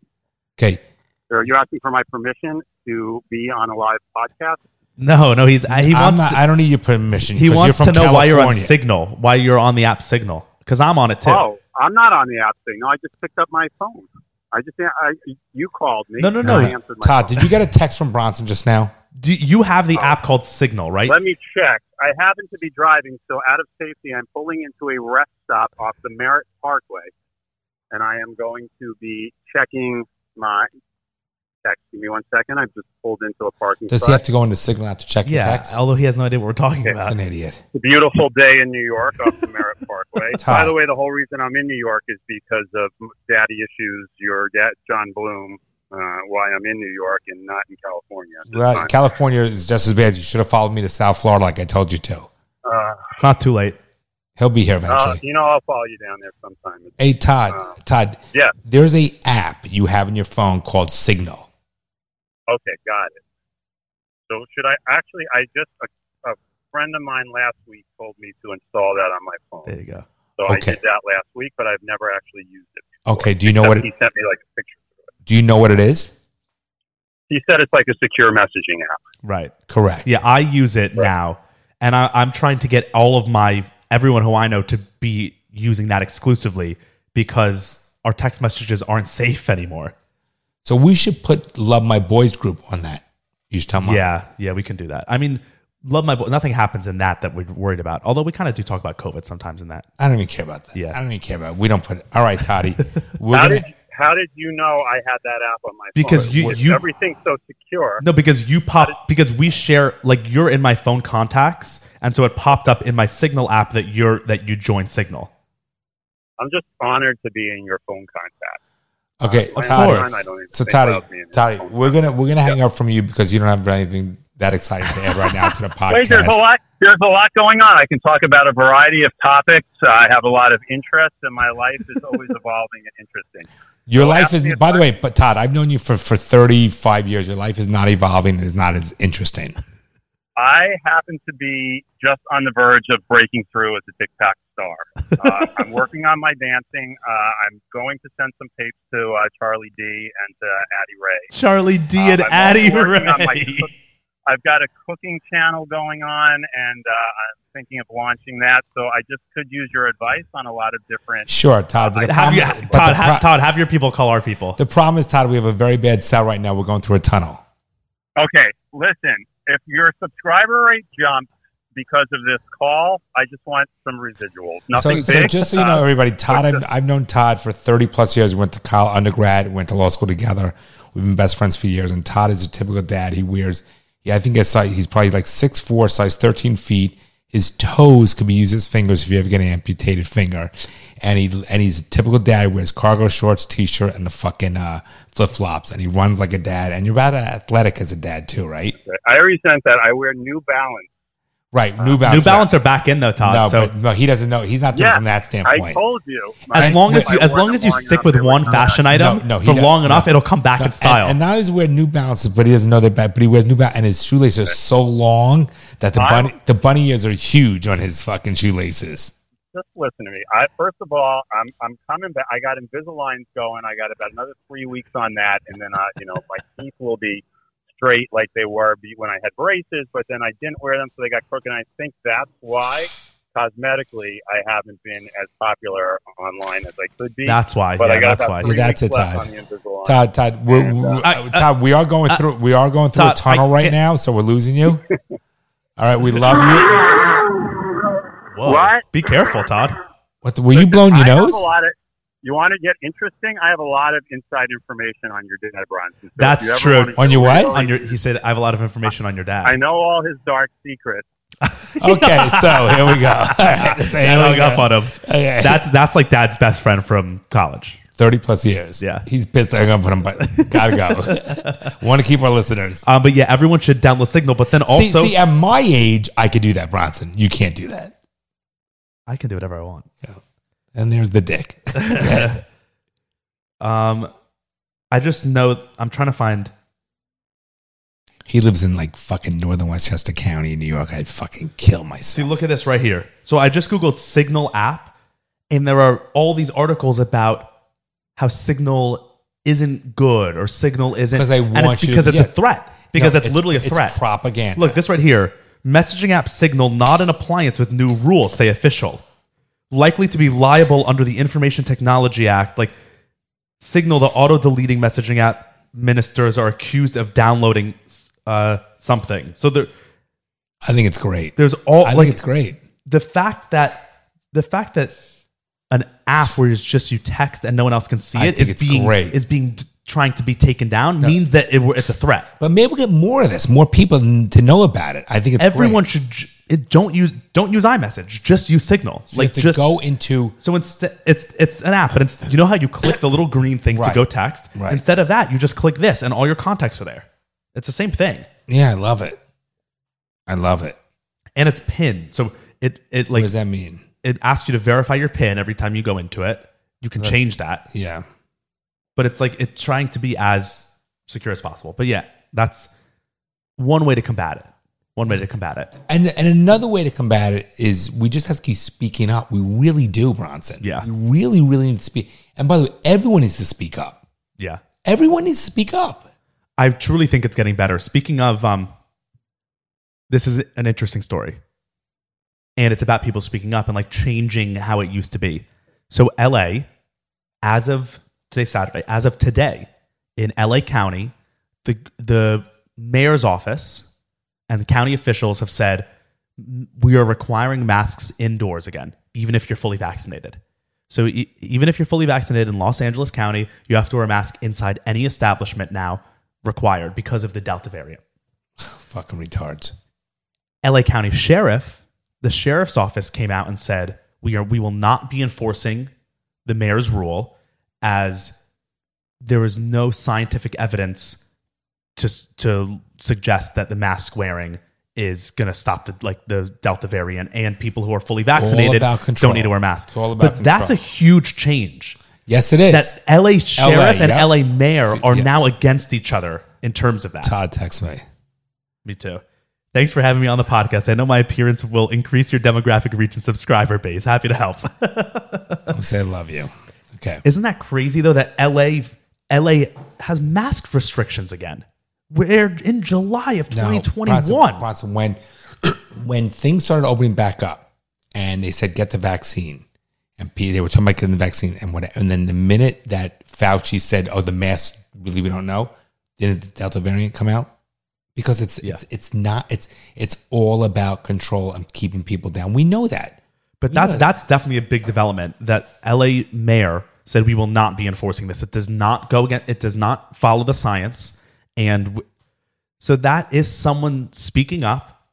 [SPEAKER 1] Okay.
[SPEAKER 5] Are you asking for my permission to be on a live podcast?
[SPEAKER 2] No, no, he's uh, he
[SPEAKER 1] I'm
[SPEAKER 2] wants
[SPEAKER 1] not,
[SPEAKER 2] to,
[SPEAKER 1] I don't need your permission.
[SPEAKER 2] he
[SPEAKER 1] 'cause you're
[SPEAKER 2] wants to
[SPEAKER 1] from
[SPEAKER 2] know why you're on
[SPEAKER 1] California.
[SPEAKER 2] Signal, why you're on the app Signal, because I'm on it too.
[SPEAKER 5] Oh, I'm not on the app thing. No, I just picked up my phone. I just I, you called me.
[SPEAKER 2] No, no,
[SPEAKER 5] and
[SPEAKER 2] no.
[SPEAKER 5] I answered my
[SPEAKER 1] Todd,
[SPEAKER 5] phone.
[SPEAKER 1] did you get a text from Bronson just now?
[SPEAKER 2] Do you have the app called Signal, right?
[SPEAKER 5] Let me check. I happen to be driving, so out of safety, I'm pulling into a rest stop off the Merritt Parkway, and I am going to be checking my text. Give me one second. I've just pulled into a parking
[SPEAKER 1] Does he
[SPEAKER 5] spot.
[SPEAKER 1] have to go into Signal app to check your
[SPEAKER 2] yeah,
[SPEAKER 1] text?
[SPEAKER 2] although he has no idea what we're talking
[SPEAKER 1] That's
[SPEAKER 2] about.
[SPEAKER 1] an idiot.
[SPEAKER 5] It's a beautiful day in New York off the Merritt Parkway.
[SPEAKER 1] Todd.
[SPEAKER 5] By the way, the whole reason I'm in New York is because of daddy issues, your dad, John Bloom, uh, why I'm in New York and not in California. at this
[SPEAKER 1] Right.
[SPEAKER 5] time.
[SPEAKER 1] California is just as bad. You should have followed me to South Florida like I told you to.
[SPEAKER 5] Uh,
[SPEAKER 2] It's not too late.
[SPEAKER 1] He'll be here
[SPEAKER 5] uh,
[SPEAKER 1] eventually.
[SPEAKER 5] you know, I'll follow you down there sometime. It's-
[SPEAKER 1] hey, Todd. Todd,
[SPEAKER 5] Yeah.
[SPEAKER 1] there's a app you have in your phone called Signal.
[SPEAKER 5] Okay, got it. So should I actually? I just a, a friend of mine last week told me to install that on my
[SPEAKER 2] There
[SPEAKER 5] phone.
[SPEAKER 2] you go.
[SPEAKER 5] So I
[SPEAKER 1] Okay.
[SPEAKER 5] did that last week, but I've never actually used it.
[SPEAKER 1] Okay. Do you know what?
[SPEAKER 5] he
[SPEAKER 1] It,
[SPEAKER 5] sent me like a picture.
[SPEAKER 1] do you know what it is?
[SPEAKER 5] He said it's like a secure messaging app.
[SPEAKER 2] Right.
[SPEAKER 1] Correct.
[SPEAKER 2] Yeah, I use it now, and I, I'm trying to get all of my everyone who I know to be using that exclusively because our text messages aren't safe anymore.
[SPEAKER 1] So we should put Love My Boys group on that. You should tell them.
[SPEAKER 2] Yeah, yeah, we can do that. I mean, love my boy. Nothing happens in that that we're worried about. Although we kind of do talk about COVID sometimes in that.
[SPEAKER 1] I don't even care about that.
[SPEAKER 2] Yeah.
[SPEAKER 1] I don't even care about it. We don't put it. All right, Toddy. We're
[SPEAKER 5] How
[SPEAKER 1] gonna,
[SPEAKER 5] did how did you know I had that app on my
[SPEAKER 2] Because
[SPEAKER 5] phone?
[SPEAKER 2] you-
[SPEAKER 5] With
[SPEAKER 2] you-
[SPEAKER 5] everything's so secure.
[SPEAKER 2] No, because you pop because we share like you're in my phone contacts, and so it popped up in my Signal app that you're that you joined Signal.
[SPEAKER 5] I'm just honored to be in your phone contact.
[SPEAKER 1] okay,
[SPEAKER 5] Of
[SPEAKER 1] Toddy.
[SPEAKER 5] course. I don't even
[SPEAKER 1] So
[SPEAKER 5] think
[SPEAKER 1] Toddy,
[SPEAKER 5] about me in
[SPEAKER 1] Toddy,
[SPEAKER 5] the phone.
[SPEAKER 1] we're gonna we're gonna hang up from you because you don't have anything that exciting to add right now to the podcast.
[SPEAKER 5] Wait, there's a lot. There's a lot going on. I can talk about a variety of topics. I have a lot of interests, and my life is always evolving and interesting.
[SPEAKER 1] Your life is,
[SPEAKER 5] ask me if
[SPEAKER 1] by the way, but Todd, I've known you for, for 35 years. Your life is not evolving and is not as interesting.
[SPEAKER 5] I happen to be just on the verge of breaking through as a TikTok star. Uh, I'm working on my dancing. Uh, I'm going to send some tapes to uh, Charlie D and to Addie Ray.
[SPEAKER 2] Charlie D
[SPEAKER 5] Uh,
[SPEAKER 2] and
[SPEAKER 5] I'm
[SPEAKER 2] Addie
[SPEAKER 5] also working on my
[SPEAKER 2] Ray.
[SPEAKER 5] cook- I've got a cooking channel going on, and uh, I'm thinking of launching that. So I just could use your advice on a lot of different.
[SPEAKER 1] Sure, Todd. But the
[SPEAKER 2] Have you,
[SPEAKER 1] problem- but
[SPEAKER 2] Todd,
[SPEAKER 1] the
[SPEAKER 2] ha-
[SPEAKER 1] pro-
[SPEAKER 2] Todd, have your people call our people.
[SPEAKER 1] The problem is, Todd, we have a very bad sell right now. We're going through a tunnel.
[SPEAKER 5] Okay, listen. If your subscriber rate jumps because of this call, I just want some residuals.
[SPEAKER 1] So,
[SPEAKER 5] Nothing
[SPEAKER 1] so
[SPEAKER 5] big.
[SPEAKER 1] just so you
[SPEAKER 5] Uh,
[SPEAKER 1] know, everybody, Todd, I've,
[SPEAKER 5] what's
[SPEAKER 1] I've known Todd for 30 plus years. We went to college, undergrad, went to law school together. We've been best friends for years. And Todd is a typical dad. He wears, yeah, I think it's like, he's probably like 6'4, size 13 feet. His toes can be used as fingers if you ever get an amputated finger. And he and he's a typical dad. He wears cargo shorts, t shirt, and the fucking uh, flip flops. And he runs like a dad. And you're about athletic as a dad, too, right?
[SPEAKER 5] I resent that. I wear New Balance.
[SPEAKER 1] Right. New Balance.
[SPEAKER 2] New Balance are back in though, Todd.
[SPEAKER 1] No,
[SPEAKER 2] so
[SPEAKER 1] but, no, he doesn't know. He's not doing it from that standpoint.
[SPEAKER 5] I told you.
[SPEAKER 2] as long as you,
[SPEAKER 5] I
[SPEAKER 2] as
[SPEAKER 5] wore
[SPEAKER 2] long
[SPEAKER 5] them
[SPEAKER 2] as you
[SPEAKER 5] long
[SPEAKER 2] stick
[SPEAKER 5] enough,
[SPEAKER 2] with
[SPEAKER 5] they were
[SPEAKER 2] one
[SPEAKER 5] not-
[SPEAKER 2] fashion item
[SPEAKER 1] No, no, he
[SPEAKER 2] for
[SPEAKER 1] does-
[SPEAKER 2] long
[SPEAKER 1] no.
[SPEAKER 2] enough, it'll come back in
[SPEAKER 1] And-
[SPEAKER 2] style.
[SPEAKER 1] And, now he's wearing New Balances, but he doesn't know they're bad. But he wears New Balance, and his shoelaces are so long that the
[SPEAKER 5] I'm-
[SPEAKER 1] bunny the bunny ears are huge on his fucking shoelaces.
[SPEAKER 5] Just listen to me. I, first of all, I'm I'm coming back. I got Invisalign going. I got about another three weeks on that, and then I, you know, my teeth will be straight like they were be- when I had braces. But then I didn't wear them, so they got crooked. And I think that's why, cosmetically, I haven't been as popular online as I could be.
[SPEAKER 2] that's why.
[SPEAKER 5] but
[SPEAKER 2] yeah,
[SPEAKER 5] I got
[SPEAKER 2] that's
[SPEAKER 5] about
[SPEAKER 2] why.
[SPEAKER 5] three
[SPEAKER 1] Yeah, that's
[SPEAKER 5] weeks
[SPEAKER 1] it,
[SPEAKER 5] left
[SPEAKER 1] Todd.
[SPEAKER 5] on the Invisalign.
[SPEAKER 1] Todd, Todd, we're, we're- uh,
[SPEAKER 2] I- I-
[SPEAKER 1] Todd, we are going through we are going through
[SPEAKER 2] Todd,
[SPEAKER 1] a tunnel
[SPEAKER 2] I-
[SPEAKER 1] right now, so we're losing you. All right, we love you.
[SPEAKER 2] Whoa.
[SPEAKER 5] What?
[SPEAKER 2] Be careful, Todd.
[SPEAKER 1] What the, were you blowing your
[SPEAKER 5] I have
[SPEAKER 1] nose?
[SPEAKER 5] a lot of. You want to get interesting? I have a lot of inside information on your dad, Bronson. So if
[SPEAKER 2] That's
[SPEAKER 5] you ever
[SPEAKER 2] true.
[SPEAKER 5] wanna
[SPEAKER 1] On your
[SPEAKER 5] get
[SPEAKER 1] what?
[SPEAKER 5] really-
[SPEAKER 2] On your, he said, "I have a lot of information on your dad."
[SPEAKER 5] I know all his dark secrets.
[SPEAKER 1] Okay, so here we go. All right, so
[SPEAKER 2] And
[SPEAKER 1] here we
[SPEAKER 2] hung up
[SPEAKER 1] go.
[SPEAKER 2] on him.
[SPEAKER 1] Okay.
[SPEAKER 2] That's that's like dad's best friend from college.
[SPEAKER 1] Thirty plus years.
[SPEAKER 2] Yeah.
[SPEAKER 1] he's pissed. I'm gonna put him, but gotta go. Want to keep our listeners.
[SPEAKER 2] Um, but yeah, everyone should download Signal. But then
[SPEAKER 1] See-
[SPEAKER 2] also,
[SPEAKER 1] see, at my age, I could do that, Bronson. You can't do that.
[SPEAKER 2] I can do whatever I want.
[SPEAKER 1] And there's the dick.
[SPEAKER 2] Um, I just know I'm trying to find.
[SPEAKER 1] he lives in like fucking northern Westchester County, New York. I'd fucking kill
[SPEAKER 2] See,
[SPEAKER 1] myself.
[SPEAKER 2] look at this right here. So I just Googled Signal app, and there are all these articles about how Signal isn't good or Signal isn't.
[SPEAKER 1] Because they
[SPEAKER 2] and
[SPEAKER 1] want
[SPEAKER 2] it's
[SPEAKER 1] you-
[SPEAKER 2] because it's
[SPEAKER 1] yeah.
[SPEAKER 2] a threat. Because
[SPEAKER 1] No,
[SPEAKER 2] it's, literally a threat.
[SPEAKER 1] It's propaganda.
[SPEAKER 2] Look, this right here messaging app Signal not an appliance with new rules, say official. Likely to be liable under the Information Technology Act. Like Signal, the auto deleting messaging app ministers are accused of downloading s- uh, something. So there,
[SPEAKER 1] I think it's great.
[SPEAKER 2] there's all
[SPEAKER 1] I
[SPEAKER 2] like
[SPEAKER 1] think it's great.
[SPEAKER 2] the fact that the fact that an app where it's just you text and no one else can see
[SPEAKER 1] I
[SPEAKER 2] it
[SPEAKER 1] think
[SPEAKER 2] is
[SPEAKER 1] it's
[SPEAKER 2] being
[SPEAKER 1] great.
[SPEAKER 2] is being t- trying to be taken down means that it, it's a threat.
[SPEAKER 1] But maybe we'll get more of this, more people n- to know about it. I think it's
[SPEAKER 2] Everyone
[SPEAKER 1] Great.
[SPEAKER 2] should j- it, don't use don't use iMessage. Just use Signal.
[SPEAKER 1] You have to
[SPEAKER 2] just
[SPEAKER 1] go into
[SPEAKER 2] So instead, it's it's an app, but it's you know how you click the little green thing to
[SPEAKER 1] Right.
[SPEAKER 2] go text.
[SPEAKER 1] Right.
[SPEAKER 2] Instead of that, you just click this, and all your contacts are there. It's the same thing,
[SPEAKER 1] yeah. I love it. I love it.
[SPEAKER 2] and it's pinned. So it it
[SPEAKER 1] What
[SPEAKER 2] like
[SPEAKER 1] does that mean?
[SPEAKER 2] it asks you to verify your pin every time you go into it. You can change that,
[SPEAKER 1] Yeah.
[SPEAKER 2] but it's like it's trying to be as secure as possible. But yeah, that's one way to combat it. One way to combat it.
[SPEAKER 1] And and another way to combat it is we just have to keep speaking up. We really do, Bronson.
[SPEAKER 2] Yeah.
[SPEAKER 1] We really, really need to speak. And by the way, everyone needs to speak up.
[SPEAKER 2] Yeah.
[SPEAKER 1] Everyone needs to speak up.
[SPEAKER 2] I truly think it's getting better. Speaking of, um, this is an interesting story, and it's about people speaking up and like changing how it used to be. So, LA, as of today, Saturday, as of today, in LA County, the the mayor's office and the county officials have said we are requiring masks indoors again, even if you're fully vaccinated. So e- even if you're fully vaccinated in Los Angeles County, you have to wear a mask inside any establishment now required because of the Delta variant.
[SPEAKER 1] Fucking retards.
[SPEAKER 2] LA County Sheriff, the sheriff's office came out and said, "We are we will not be enforcing the mayor's rule as there is no scientific evidence to to suggest that the mask wearing is going to stop the like the Delta variant and people who are fully vaccinated
[SPEAKER 1] about control.
[SPEAKER 2] don't need to wear masks."
[SPEAKER 1] It's all about
[SPEAKER 2] but that's a
[SPEAKER 1] control.
[SPEAKER 2] huge change
[SPEAKER 1] Yes, it is.
[SPEAKER 2] that LA sheriff and
[SPEAKER 1] yeah.
[SPEAKER 2] LA mayor
[SPEAKER 1] See,
[SPEAKER 2] are
[SPEAKER 1] yeah.
[SPEAKER 2] now against each other in terms of that.
[SPEAKER 1] Todd text me.
[SPEAKER 2] Me too. Thanks for having me on the podcast. I know my appearance will increase your demographic reach and subscriber base. Happy to help.
[SPEAKER 1] I say I love you. Okay.
[SPEAKER 2] Isn't that crazy though that LA LA has mask restrictions again? We're in July of
[SPEAKER 1] No,
[SPEAKER 2] 2021.
[SPEAKER 1] Bronson, Bronson, when when things started opening back up, and they said get the vaccine, and P, they were talking about getting the vaccine, and what, and then the minute that Fauci said, "Oh, the mask, really, we don't know," didn't the Delta variant come out? Because it's it's it's not it's it's all about control and keeping people down. We know that.
[SPEAKER 2] But that that's definitely a big development that LA mayor said we will not be enforcing this. It does not go against it does not follow the science and w- so that is someone speaking up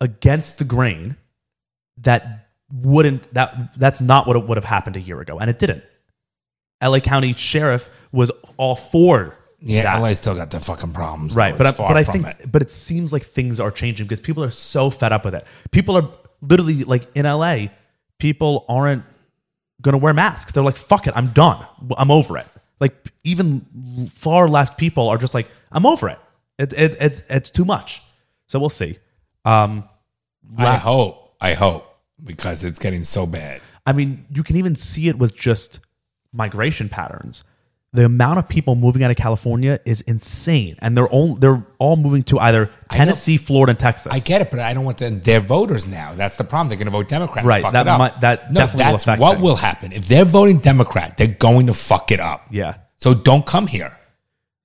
[SPEAKER 2] against the grain that wouldn't that that's not what it would have happened a year ago and it didn't. LA County sheriff was all for
[SPEAKER 1] Yeah,
[SPEAKER 2] that.
[SPEAKER 1] LA still got their fucking problems.
[SPEAKER 2] Right,
[SPEAKER 1] though.
[SPEAKER 2] but I,
[SPEAKER 1] It's far
[SPEAKER 2] but I
[SPEAKER 1] from
[SPEAKER 2] think
[SPEAKER 1] it.
[SPEAKER 2] but it seems like things are changing because people are so fed up with it. People are literally like in LA, people aren't going to wear masks. They're like, "Fuck it, I'm done. I'm over it." Like even far left people are just like, "I'm over it. It, it it's it's too much." So we'll see. Um,
[SPEAKER 1] I hope I hope because it's getting so bad.
[SPEAKER 2] I mean, you can even see it with just migration patterns. The amount of people moving out of California is insane, and they're all they're all moving to either Tennessee, Florida, and Texas.
[SPEAKER 1] I get it, but I don't want them. They're voters now. That's the problem. They're going to vote Democrat.
[SPEAKER 2] Right,
[SPEAKER 1] And fuck
[SPEAKER 2] that
[SPEAKER 1] it up.
[SPEAKER 2] might- that definitely will
[SPEAKER 1] that's
[SPEAKER 2] affect
[SPEAKER 1] what
[SPEAKER 2] things.
[SPEAKER 1] will happen if they're voting Democrat. They're going to fuck it up.
[SPEAKER 2] Yeah,
[SPEAKER 1] So don't come here.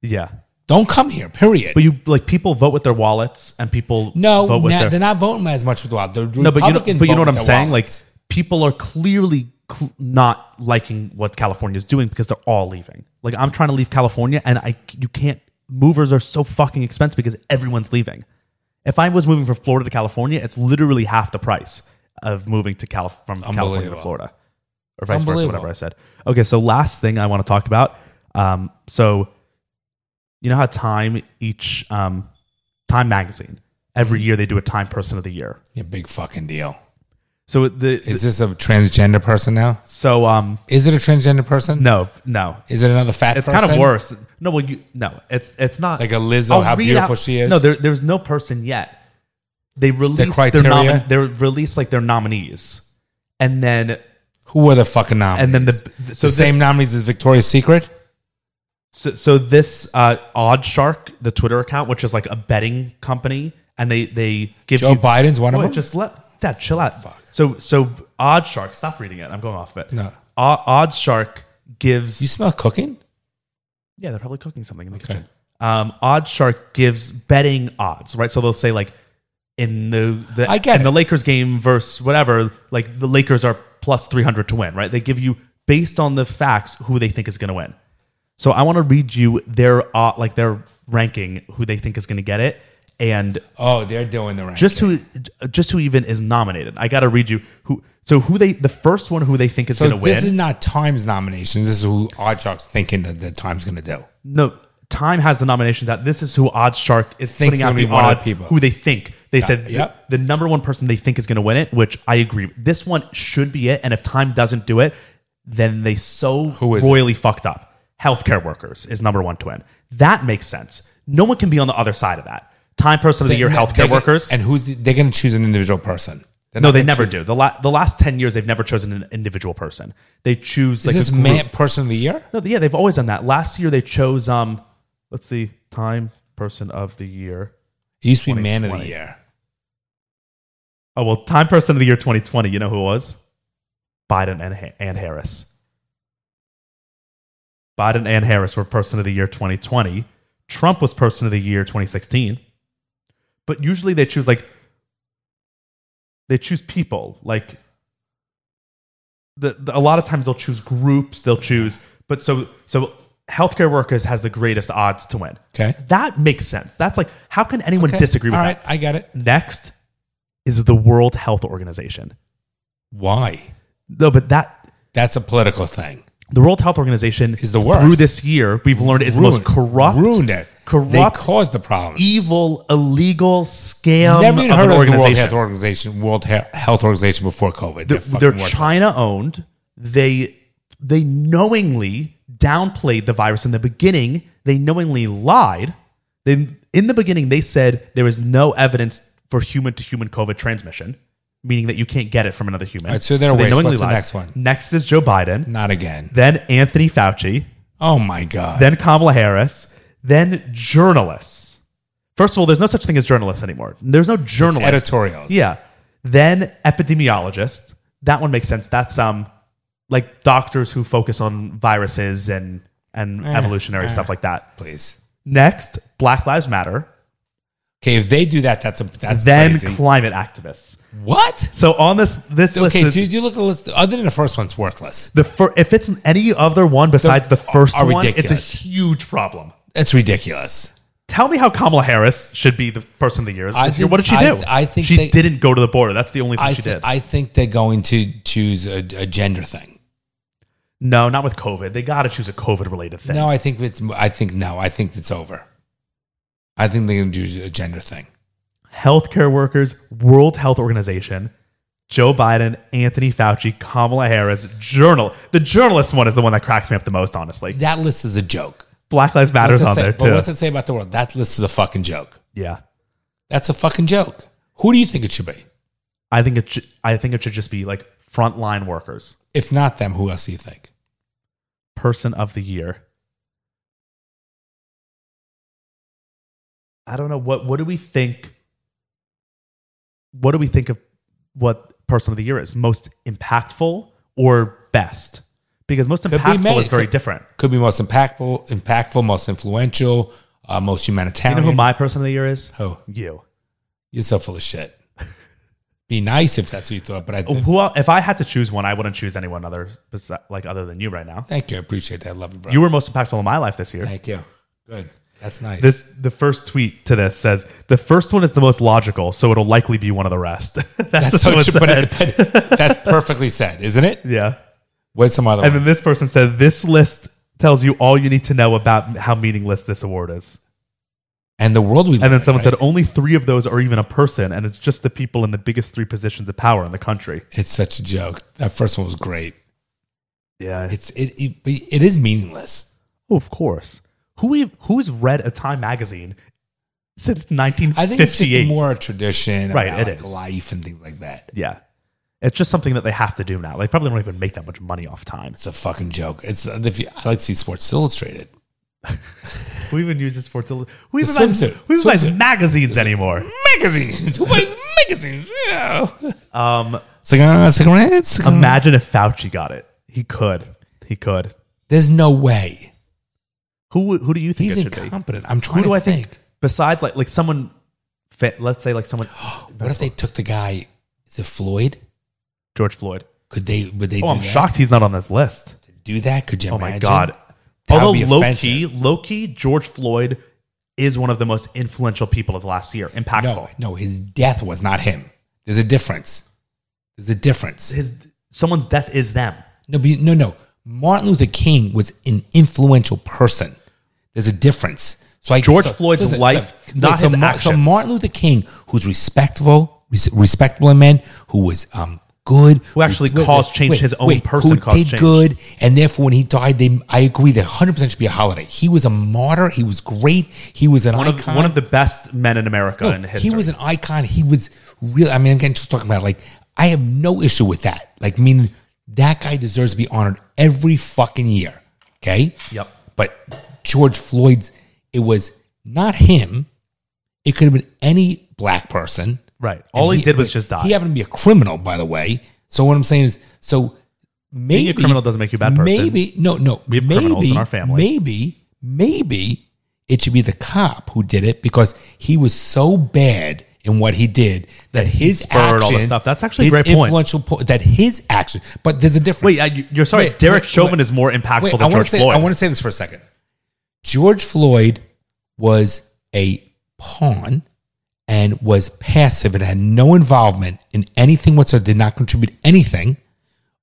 [SPEAKER 2] yeah.
[SPEAKER 1] Don't come here. Period.
[SPEAKER 2] But you like people vote with their wallets, and people
[SPEAKER 1] no,
[SPEAKER 2] vote with
[SPEAKER 1] now,
[SPEAKER 2] their
[SPEAKER 1] they're not voting as much with the wild. The
[SPEAKER 2] no. But you know,
[SPEAKER 1] Republicans
[SPEAKER 2] but you
[SPEAKER 1] vote
[SPEAKER 2] know what I'm
[SPEAKER 1] with their
[SPEAKER 2] saying?
[SPEAKER 1] wallets.
[SPEAKER 2] Like people are clearly cl- not liking what California's doing because they're all leaving. Like I'm trying to leave California, and I you can't. Movers are so fucking expensive because everyone's leaving. If I was moving from Florida to California, it's literally half the price of moving to Cal- from California to
[SPEAKER 1] Unbelievable.
[SPEAKER 2] Florida, or vice versa,
[SPEAKER 1] Unbelievable.
[SPEAKER 2] whatever I said. Okay, so last thing I want to talk about. Um, so you know how Time each um, Time magazine every year they do a Time Person of the Year.
[SPEAKER 1] yeah, big fucking deal.
[SPEAKER 2] So the
[SPEAKER 1] Is this a transgender person now?
[SPEAKER 2] so um
[SPEAKER 1] Is it a transgender person?
[SPEAKER 2] no no
[SPEAKER 1] Is it another fat?
[SPEAKER 2] it's
[SPEAKER 1] person?
[SPEAKER 2] kind of worse. No, well you no it's it's not
[SPEAKER 1] Like a Lizzo, how
[SPEAKER 2] read
[SPEAKER 1] beautiful she is?
[SPEAKER 2] No, there, there's no person yet. They release their
[SPEAKER 1] criteria?
[SPEAKER 2] nomin- they release like their nominees, and then
[SPEAKER 1] Who were the fucking nominees?
[SPEAKER 2] And then the- so
[SPEAKER 1] the same
[SPEAKER 2] this-
[SPEAKER 1] nominees as Victoria's Secret.
[SPEAKER 2] So, so this uh, Odd Shark, the Twitter account, which is like a betting company, and they they give
[SPEAKER 1] Joe
[SPEAKER 2] you
[SPEAKER 1] Biden's one of
[SPEAKER 2] Wait,
[SPEAKER 1] them?
[SPEAKER 2] Just let Dad chill out. So so Odd Shark, stop reading it. I'm going off of it.
[SPEAKER 1] No.
[SPEAKER 2] O- Odd Shark gives
[SPEAKER 1] Do you smell cooking?
[SPEAKER 2] yeah, they're probably cooking something in the kitchen. um, Oddshark gives betting odds, right? So they'll say like in the, the
[SPEAKER 1] I get
[SPEAKER 2] in
[SPEAKER 1] it.
[SPEAKER 2] the Lakers game versus whatever, like the Lakers are plus three hundred to win, right? They give you based on the facts who they think is going to win. So I want to read you their uh, like their ranking, who they think is going to get it, and
[SPEAKER 1] Oh, they're doing the rank.
[SPEAKER 2] just who just who even is nominated. I got to read you who. So who they the first one who they think is
[SPEAKER 1] so
[SPEAKER 2] going to win?
[SPEAKER 1] this is not Times nominations. This is who Oddshark's thinking that the Times going to do.
[SPEAKER 2] no, Time has the nominations out. This is who Odds Shark is
[SPEAKER 1] Thinks
[SPEAKER 2] putting
[SPEAKER 1] it's
[SPEAKER 2] out
[SPEAKER 1] gonna
[SPEAKER 2] the
[SPEAKER 1] be one of
[SPEAKER 2] odds.
[SPEAKER 1] the people.
[SPEAKER 2] Who they think they said
[SPEAKER 1] yeah.
[SPEAKER 2] th- the number one person they think is going to win it, which I agree. This one should be it, and if Time doesn't do it, then they so
[SPEAKER 1] is it?
[SPEAKER 2] royally fucked up. Healthcare workers is number one to win. That makes sense. No one can be on the other side of that. Time person of the year,
[SPEAKER 1] They-
[SPEAKER 2] healthcare
[SPEAKER 1] they-
[SPEAKER 2] workers,
[SPEAKER 1] and who's the, they're going to choose an individual person. They're
[SPEAKER 2] No,
[SPEAKER 1] not
[SPEAKER 2] they
[SPEAKER 1] gonna
[SPEAKER 2] never
[SPEAKER 1] choose-
[SPEAKER 2] do. The, la- the last 10 years, they've never chosen an individual person. They choose like
[SPEAKER 1] Is this
[SPEAKER 2] a group.
[SPEAKER 1] man person of the year?
[SPEAKER 2] No, yeah, they've always done that. Last year, they chose, um, let's see, Time Person of the Year.
[SPEAKER 1] It used to be man of the year.
[SPEAKER 2] Oh, well, Time Person of the Year 2020, you know who it was? Biden and, ha- and Harris. Biden and Harris were Person of the Year 2020. Trump was Person of the Year 2016. But usually they choose like, they choose people. Like, the, the, a lot of times they'll choose groups, they'll choose, but so, so healthcare workers has the greatest odds to win.
[SPEAKER 1] Okay.
[SPEAKER 2] That makes sense. That's like, how can anyone
[SPEAKER 1] Okay.
[SPEAKER 2] disagree with
[SPEAKER 1] All
[SPEAKER 2] that?
[SPEAKER 1] right, I got it.
[SPEAKER 2] Next is the World Health Organization.
[SPEAKER 1] Why?
[SPEAKER 2] No, but that
[SPEAKER 1] That's a political thing.
[SPEAKER 2] the World Health Organization
[SPEAKER 1] Is the worst.
[SPEAKER 2] Through this year, we've learned is the most corrupt,
[SPEAKER 1] Ruined it.
[SPEAKER 2] corrupt,
[SPEAKER 1] They caused the problem.
[SPEAKER 2] evil, illegal scam
[SPEAKER 1] Never even
[SPEAKER 2] of
[SPEAKER 1] heard
[SPEAKER 2] an
[SPEAKER 1] of the World
[SPEAKER 2] organization.
[SPEAKER 1] Health Organization, World He- Health Organization before COVID. They're, fucking
[SPEAKER 2] they're
[SPEAKER 1] worthless.
[SPEAKER 2] China owned. They they knowingly downplayed the virus in the beginning. They knowingly lied. They, in the beginning, they said there was no evidence for human to human COVID transmission, meaning that you can't get it from another human.
[SPEAKER 1] All right, so they're waste. What's the next one?
[SPEAKER 2] Next is Joe Biden.
[SPEAKER 1] Not again.
[SPEAKER 2] Then Anthony Fauci.
[SPEAKER 1] Oh my God.
[SPEAKER 2] Then Kamala Harris. Then journalists. First of all, there's no such thing as journalists anymore. There's no journalists.
[SPEAKER 1] editorials.
[SPEAKER 2] Yeah. Then epidemiologists. That one makes sense. That's um like doctors who focus on viruses and and
[SPEAKER 1] Eh,
[SPEAKER 2] evolutionary stuff like that.
[SPEAKER 1] Please.
[SPEAKER 2] Next, Black Lives Matter.
[SPEAKER 1] Okay, if they do that, that's a that's
[SPEAKER 2] then
[SPEAKER 1] crazy.
[SPEAKER 2] climate activists.
[SPEAKER 1] what?
[SPEAKER 2] So on this this list,
[SPEAKER 1] Okay,
[SPEAKER 2] the,
[SPEAKER 1] dude, you look at the list. Other than the first one's worthless.
[SPEAKER 2] the fir- if it's any other one besides the, first
[SPEAKER 1] are
[SPEAKER 2] one,
[SPEAKER 1] ridiculous.
[SPEAKER 2] it's a huge problem.
[SPEAKER 1] It's ridiculous.
[SPEAKER 2] Tell me how Kamala Harris should be the person of the year.
[SPEAKER 1] I
[SPEAKER 2] this year.
[SPEAKER 1] think-
[SPEAKER 2] What did she
[SPEAKER 1] I-
[SPEAKER 2] do?
[SPEAKER 1] I think
[SPEAKER 2] she
[SPEAKER 1] they-
[SPEAKER 2] didn't go to the border. That's the only thing
[SPEAKER 1] I,
[SPEAKER 2] she
[SPEAKER 1] thi-
[SPEAKER 2] did.
[SPEAKER 1] I think they're going to choose a, a gender thing.
[SPEAKER 2] no, not with COVID. They got to choose a COVID related thing.
[SPEAKER 1] No, I think it's. I think no. I think it's over. I think they're going to do a gender thing.
[SPEAKER 2] healthcare workers, World Health Organization, Joe Biden, Anthony Fauci, Kamala Harris, journal. The journalist one is the one that cracks me up the most, honestly.
[SPEAKER 1] That list is a joke.
[SPEAKER 2] Black Lives
[SPEAKER 1] What's
[SPEAKER 2] Matter's
[SPEAKER 1] it
[SPEAKER 2] on
[SPEAKER 1] say-
[SPEAKER 2] there
[SPEAKER 1] but what's
[SPEAKER 2] too.
[SPEAKER 1] it say about the world? That list is a fucking joke.
[SPEAKER 2] Yeah,
[SPEAKER 1] That's a fucking joke. Who do you think it should be?
[SPEAKER 2] I think it. Should, I think it should just be like frontline workers,
[SPEAKER 1] If not them, who else do you think?
[SPEAKER 2] person of the year. I don't know what. What do we think? What do we think of what person of the year is most impactful or best? Because most
[SPEAKER 1] be
[SPEAKER 2] impactful
[SPEAKER 1] me.
[SPEAKER 2] is very
[SPEAKER 1] Could-
[SPEAKER 2] different.
[SPEAKER 1] Could be most impactful, impactful, most influential, uh, most
[SPEAKER 2] You
[SPEAKER 1] humanitarian.
[SPEAKER 2] know who my person of the year is?
[SPEAKER 1] Who?
[SPEAKER 2] You.
[SPEAKER 1] You're so full of shit. Be nice if that's what you thought, but I think,
[SPEAKER 2] Who? el- If I had to choose one, I wouldn't choose anyone other besi- like other than you right now.
[SPEAKER 1] thank you. I appreciate that. I love you, bro.
[SPEAKER 2] You were most impactful in my life this year.
[SPEAKER 1] thank you. Good. That's nice.
[SPEAKER 2] This the first tweet to this says the first one is the most logical, so it'll likely be one of the rest. That's,
[SPEAKER 1] that's
[SPEAKER 2] what
[SPEAKER 1] so true,
[SPEAKER 2] it
[SPEAKER 1] but,
[SPEAKER 2] said.
[SPEAKER 1] it- but that's perfectly said, isn't it?
[SPEAKER 2] yeah.
[SPEAKER 1] What's some other
[SPEAKER 2] And
[SPEAKER 1] one?
[SPEAKER 2] then this person said this list tells you all you need to know about how meaningless this award is.
[SPEAKER 1] And the world we live
[SPEAKER 2] And then
[SPEAKER 1] in,
[SPEAKER 2] someone
[SPEAKER 1] right?
[SPEAKER 2] said only three of those are even a person, and it's just the people in the biggest three positions of power in the country.
[SPEAKER 1] It's such a joke. That first one was great.
[SPEAKER 2] Yeah,
[SPEAKER 1] It's it it, it is meaningless.
[SPEAKER 2] Oh, of course. Who ev- who has read a Time magazine since
[SPEAKER 1] I think it's just
[SPEAKER 2] 1958?
[SPEAKER 1] more a tradition,
[SPEAKER 2] Right,
[SPEAKER 1] About
[SPEAKER 2] it
[SPEAKER 1] like
[SPEAKER 2] is.
[SPEAKER 1] life and things like that.
[SPEAKER 2] yeah, it's just something that they have to do now. They probably don't even make that much money off Time.
[SPEAKER 1] It's a fucking joke. It's if you, I like to see Sports Illustrated.
[SPEAKER 2] Who even uses Sports Illustrated? Who even
[SPEAKER 1] The
[SPEAKER 2] buys,
[SPEAKER 1] swimsuit.
[SPEAKER 2] who even buys
[SPEAKER 1] Swimsuit.
[SPEAKER 2] magazines anymore?
[SPEAKER 1] Magazines. Who buys magazines? Yeah.
[SPEAKER 2] Um,
[SPEAKER 1] Cigar, cigarettes. cigar-
[SPEAKER 2] imagine if Fauci got it. He could. He could.
[SPEAKER 1] There's no way.
[SPEAKER 2] Who who do you think
[SPEAKER 1] He's
[SPEAKER 2] it should be?
[SPEAKER 1] incompetent. I'm
[SPEAKER 2] Who
[SPEAKER 1] trying
[SPEAKER 2] do
[SPEAKER 1] to
[SPEAKER 2] I
[SPEAKER 1] think.
[SPEAKER 2] think? Besides, like like someone, fa- let's say like someone,
[SPEAKER 1] What if they took the guy? Is it Floyd?
[SPEAKER 2] George Floyd.
[SPEAKER 1] Could they? Would they?
[SPEAKER 2] Oh,
[SPEAKER 1] do
[SPEAKER 2] I'm
[SPEAKER 1] that?
[SPEAKER 2] shocked he's not on this list.
[SPEAKER 1] Do that? Could you?
[SPEAKER 2] Oh
[SPEAKER 1] imagine?
[SPEAKER 2] my god!
[SPEAKER 1] That would
[SPEAKER 2] Although
[SPEAKER 1] be
[SPEAKER 2] low
[SPEAKER 1] offensive.
[SPEAKER 2] key, low key, George Floyd is one of the most influential people of the last year. Impactful.
[SPEAKER 1] No, no, his death was not him. There's a difference. There's a difference.
[SPEAKER 2] His someone's death is them.
[SPEAKER 1] No, but you- no, no. Martin Luther King was an influential person. There's a difference. So I
[SPEAKER 2] George
[SPEAKER 1] so-
[SPEAKER 2] Floyd's
[SPEAKER 1] listen,
[SPEAKER 2] life, not
[SPEAKER 1] so
[SPEAKER 2] his
[SPEAKER 1] Mar- So
[SPEAKER 2] actions.
[SPEAKER 1] Martin Luther King, who's respectable, res- respectable in men, who was um good,
[SPEAKER 2] Who actually caused change, his own person
[SPEAKER 1] who
[SPEAKER 2] caused
[SPEAKER 1] did
[SPEAKER 2] change.
[SPEAKER 1] good, and therefore when he died, they I agree that 100 percent should be a holiday. He was a martyr. He was great. He was an
[SPEAKER 2] One
[SPEAKER 1] icon.
[SPEAKER 2] of one of the best men in America in
[SPEAKER 1] No,
[SPEAKER 2] history.
[SPEAKER 1] He was an icon. He was real. I mean, again, just talking about like I have no issue with that. Like, meaning that guy deserves to be honored every fucking year. Okay.
[SPEAKER 2] Yep.
[SPEAKER 1] But George Floyd's, it was not him. It could have been any black person.
[SPEAKER 2] right.
[SPEAKER 1] And
[SPEAKER 2] All he, did was just die.
[SPEAKER 1] He happened to be a criminal, by the way. So what I'm saying is, so maybe
[SPEAKER 2] criminal doesn't make you a bad person.
[SPEAKER 1] Maybe no, no.
[SPEAKER 2] We have
[SPEAKER 1] maybe,
[SPEAKER 2] criminals in our family.
[SPEAKER 1] Maybe, maybe it should be the cop who did it because he was so bad in what he did that his
[SPEAKER 2] spurred
[SPEAKER 1] actions,
[SPEAKER 2] all this stuff. That's actually a
[SPEAKER 1] his
[SPEAKER 2] great point.
[SPEAKER 1] Influential po- that his action, but there's a difference.
[SPEAKER 2] wait, I, you're sorry.
[SPEAKER 1] Wait,
[SPEAKER 2] Derek
[SPEAKER 1] wait,
[SPEAKER 2] Chauvin
[SPEAKER 1] wait.
[SPEAKER 2] is more impactful
[SPEAKER 1] Wait,
[SPEAKER 2] than
[SPEAKER 1] I want
[SPEAKER 2] George
[SPEAKER 1] to say,
[SPEAKER 2] Floyd.
[SPEAKER 1] I want to say this for a second. George Floyd was a pawn and was passive and had no involvement in anything whatsoever, did not contribute anything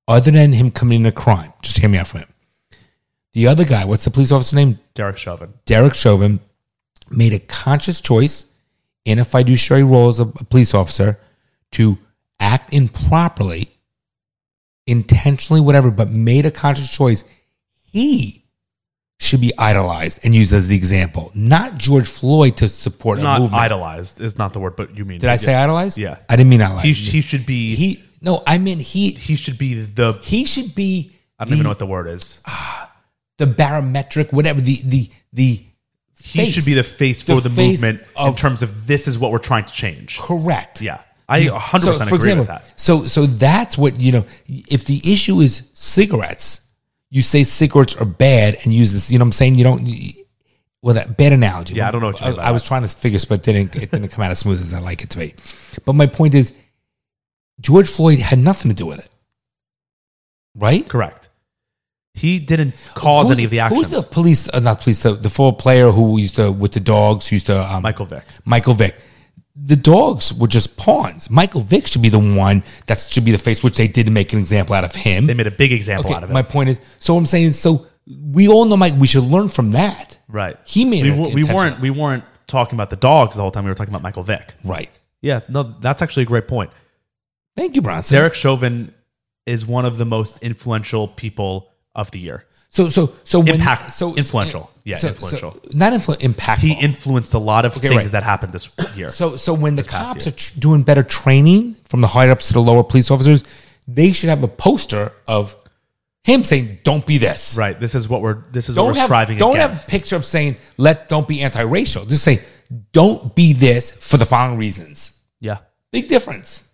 [SPEAKER 1] other than him committing a crime. Just hear me out for him. The other guy, what's the police officer name?
[SPEAKER 2] Derek Chauvin.
[SPEAKER 1] Derek Chauvin made a conscious choice in a fiduciary role as a, a police officer to act improperly, intentionally, whatever, but made a conscious choice. He should be idolized and used as the example, not George Floyd to support a
[SPEAKER 2] Not
[SPEAKER 1] movement.
[SPEAKER 2] idolized is not the word, but you mean.
[SPEAKER 1] Did I say idolized?
[SPEAKER 2] Yeah.
[SPEAKER 1] I didn't mean idolized.
[SPEAKER 2] He, he should be. He,
[SPEAKER 1] He- no, I mean he
[SPEAKER 2] should be the.
[SPEAKER 1] he should be
[SPEAKER 2] I don't even know what the word is.
[SPEAKER 1] Ah, the barometric, whatever the the the
[SPEAKER 2] He should be the face for the
[SPEAKER 1] face
[SPEAKER 2] movement in terms of this is what we're trying to change.
[SPEAKER 1] Correct.
[SPEAKER 2] Yeah, I 100
[SPEAKER 1] So,
[SPEAKER 2] percent agree with that.
[SPEAKER 1] So, so that's what you know. If the issue is cigarettes, you say cigarettes are bad and use this. You know, what I'm saying you don't. Well, that bad analogy.
[SPEAKER 2] Yeah, I don't know what you
[SPEAKER 1] I,
[SPEAKER 2] mean by
[SPEAKER 1] I was trying to figure, but didn't it didn't come out as smooth as I like it to be. But my point is, George Floyd had nothing to do with it, right?
[SPEAKER 2] Correct. He didn't cause
[SPEAKER 1] Who's-
[SPEAKER 2] any of the actions.
[SPEAKER 1] Who's the police? Uh, not police. The, the full player who used to with the dogs. Who used to um,
[SPEAKER 2] Michael Vick.
[SPEAKER 1] Michael Vick. The dogs were just pawns. Michael Vick should be the one that should be the face, which they did make an example out of him.
[SPEAKER 2] They made a big example
[SPEAKER 1] Okay,
[SPEAKER 2] out of it.
[SPEAKER 1] my point is, so I'm saying, so we all know Mike. We should learn from that,
[SPEAKER 2] right.
[SPEAKER 1] He made
[SPEAKER 2] We,
[SPEAKER 1] it
[SPEAKER 2] wa- we
[SPEAKER 1] intentional.
[SPEAKER 2] weren't. We weren't talking about the dogs the whole time. We were talking about Michael Vick.
[SPEAKER 1] Right.
[SPEAKER 2] Yeah. No, that's actually a great point.
[SPEAKER 1] Thank you, Bronson.
[SPEAKER 2] Derek Chauvin is one of the most influential people of the year.
[SPEAKER 1] so, so, so when,
[SPEAKER 2] Impact-
[SPEAKER 1] so
[SPEAKER 2] influential. Yeah, influential.
[SPEAKER 1] not influ- impactful.
[SPEAKER 2] He influenced a lot of
[SPEAKER 1] Okay,
[SPEAKER 2] things
[SPEAKER 1] right.
[SPEAKER 2] that happened this year.
[SPEAKER 1] So, so when the
[SPEAKER 2] past
[SPEAKER 1] cops
[SPEAKER 2] year.
[SPEAKER 1] are tr- doing better training from the higher ups to the lower police officers, they should have a poster of him saying, "Don't be this."
[SPEAKER 2] right. This is what we're. This is what
[SPEAKER 1] Don't
[SPEAKER 2] we're
[SPEAKER 1] have
[SPEAKER 2] striving
[SPEAKER 1] don't
[SPEAKER 2] against.
[SPEAKER 1] have a picture of saying, "Let don't be anti-racial." Just say, "Don't be this for the following reasons."
[SPEAKER 2] yeah.
[SPEAKER 1] Big difference.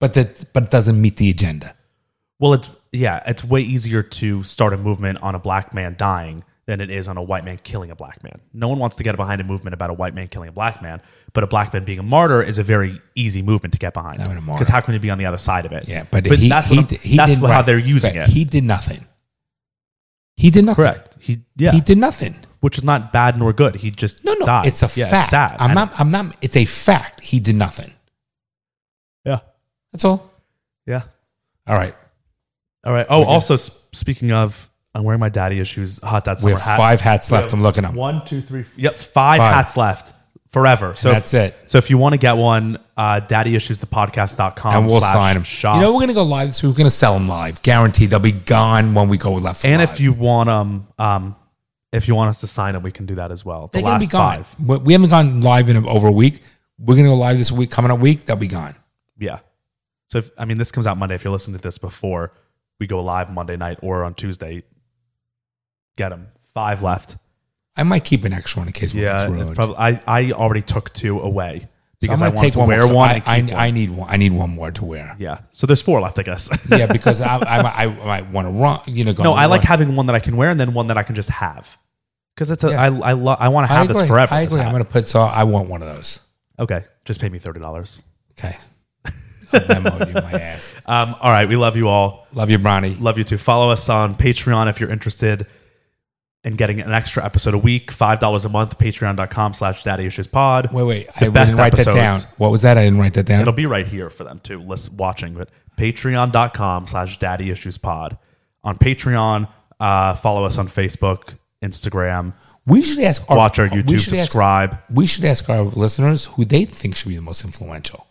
[SPEAKER 1] But that but it doesn't meet the agenda.
[SPEAKER 2] Well, it's yeah. It's way easier to start a movement on a black man dying than it is on a white man killing a black man. No one wants to get behind a movement about a white man killing a black man, but a black man being a martyr is a very easy movement to get behind.
[SPEAKER 1] Not a martyr.
[SPEAKER 2] Because how can you be on the other side of it?
[SPEAKER 1] Yeah, but, he,
[SPEAKER 2] that's,
[SPEAKER 1] he,
[SPEAKER 2] what I'm-
[SPEAKER 1] did- he
[SPEAKER 2] that's
[SPEAKER 1] did,
[SPEAKER 2] what- how
[SPEAKER 1] right,
[SPEAKER 2] they're using
[SPEAKER 1] right.
[SPEAKER 2] it.
[SPEAKER 1] He did nothing. He did nothing.
[SPEAKER 2] Correct. He yeah.
[SPEAKER 1] He did nothing.
[SPEAKER 2] which is not bad nor good. He just
[SPEAKER 1] No, no,
[SPEAKER 2] died.
[SPEAKER 1] it's a
[SPEAKER 2] Yeah,
[SPEAKER 1] fact.
[SPEAKER 2] sad.
[SPEAKER 1] I'm
[SPEAKER 2] And-
[SPEAKER 1] not. I'm not. It's a fact. He did nothing.
[SPEAKER 2] Yeah.
[SPEAKER 1] That's all.
[SPEAKER 2] Yeah.
[SPEAKER 1] All right.
[SPEAKER 2] All right. Oh, also s- speaking of, I'm wearing my daddy issues hot dad
[SPEAKER 1] We
[SPEAKER 2] summer
[SPEAKER 1] have
[SPEAKER 2] hat.
[SPEAKER 1] five hats
[SPEAKER 2] We
[SPEAKER 1] left.
[SPEAKER 2] have
[SPEAKER 1] I'm looking up.
[SPEAKER 2] One, two, three. f- Yep, five,
[SPEAKER 1] Five.
[SPEAKER 2] hats left forever. So
[SPEAKER 1] that's it.
[SPEAKER 2] So if you want to get one, uh, daddyissuesthepodcast.com
[SPEAKER 1] and we'll
[SPEAKER 2] slash
[SPEAKER 1] sign them.
[SPEAKER 2] Shop.
[SPEAKER 1] You know, we're going to go live this week. We're going to sell them live. Guaranteed. They'll be gone when we go left.
[SPEAKER 2] and
[SPEAKER 1] live.
[SPEAKER 2] if you want um, um, if you want us to sign them, we can do that as well. The
[SPEAKER 1] they're going
[SPEAKER 2] last
[SPEAKER 1] to be gone.
[SPEAKER 2] five.
[SPEAKER 1] We we haven't gone live in over a week. We're going to go live this week. Coming up week, they'll be gone.
[SPEAKER 2] Yeah. So if, I mean, this comes out Monday. If you're listening to this before we go live Monday night or on Tuesday, get them. Five left.
[SPEAKER 1] I might keep an extra one in case one gets
[SPEAKER 2] Yeah,
[SPEAKER 1] ruined.
[SPEAKER 2] it's probably. I, I already took two away
[SPEAKER 1] So
[SPEAKER 2] because
[SPEAKER 1] I'm
[SPEAKER 2] I
[SPEAKER 1] gonna
[SPEAKER 2] wanted to wear
[SPEAKER 1] more. So
[SPEAKER 2] one.
[SPEAKER 1] I, I,
[SPEAKER 2] and keep one.
[SPEAKER 1] I need one. I need one more to wear.
[SPEAKER 2] yeah. So there's four left, I guess.
[SPEAKER 1] Yeah, because I, I, I, I might want to run. You know, go
[SPEAKER 2] no,
[SPEAKER 1] on a
[SPEAKER 2] I
[SPEAKER 1] run.
[SPEAKER 2] like having one that I can wear and then one that I can just have. because it's a
[SPEAKER 1] Yeah.
[SPEAKER 2] I I lo- I want to have
[SPEAKER 1] I agree.
[SPEAKER 2] this forever.
[SPEAKER 1] I
[SPEAKER 2] this
[SPEAKER 1] agree. I'm
[SPEAKER 2] hat.
[SPEAKER 1] going to put so I want one of those.
[SPEAKER 2] okay, just pay me thirty dollars.
[SPEAKER 1] Okay. I'll demo you my ass.
[SPEAKER 2] Um, all right, we love you all.
[SPEAKER 1] Love you, Bronny.
[SPEAKER 2] Love you too. Follow us on Patreon if you're interested in getting an extra episode a week, five dollars a month. Patreon.com slash Daddy Issues Pod.
[SPEAKER 1] Wait, wait.
[SPEAKER 2] The
[SPEAKER 1] I
[SPEAKER 2] best
[SPEAKER 1] didn't write
[SPEAKER 2] episodes.
[SPEAKER 1] that down. What was that? I didn't write that down.
[SPEAKER 2] It'll be right here for them too, list watching, but patreon.com slash daddy issues pod. On Patreon, uh, follow us on Facebook, Instagram,
[SPEAKER 1] we should ask our,
[SPEAKER 2] watch our
[SPEAKER 1] we
[SPEAKER 2] YouTube,
[SPEAKER 1] should ask-
[SPEAKER 2] subscribe.
[SPEAKER 1] we should ask our listeners who they think should be the most influential.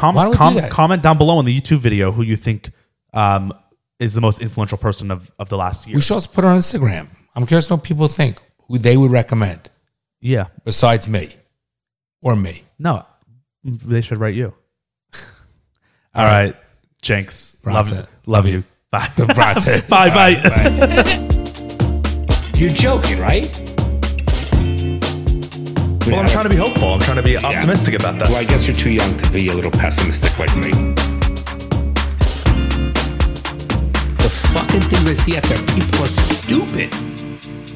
[SPEAKER 1] Why don't we
[SPEAKER 2] Comment
[SPEAKER 1] do
[SPEAKER 2] comment
[SPEAKER 1] that?
[SPEAKER 2] comment down below in the YouTube video who you think um, is the most influential person of, of the last year.
[SPEAKER 1] We should also put it on Instagram. I'm curious what people think who they would recommend
[SPEAKER 2] yeah.
[SPEAKER 1] besides me or me.
[SPEAKER 2] No, they should write you. All right, Jenks.
[SPEAKER 1] Bronson.
[SPEAKER 2] Love, love you. Bye.
[SPEAKER 1] Bronson.
[SPEAKER 2] Bye,
[SPEAKER 1] All right,
[SPEAKER 2] bye.
[SPEAKER 1] You're joking, right?
[SPEAKER 2] Well, I'm trying to be hopeful. I'm trying to be optimistic about that.
[SPEAKER 1] Well, I guess you're too young to be a little pessimistic like me. The fucking things I see out there, people are stupid.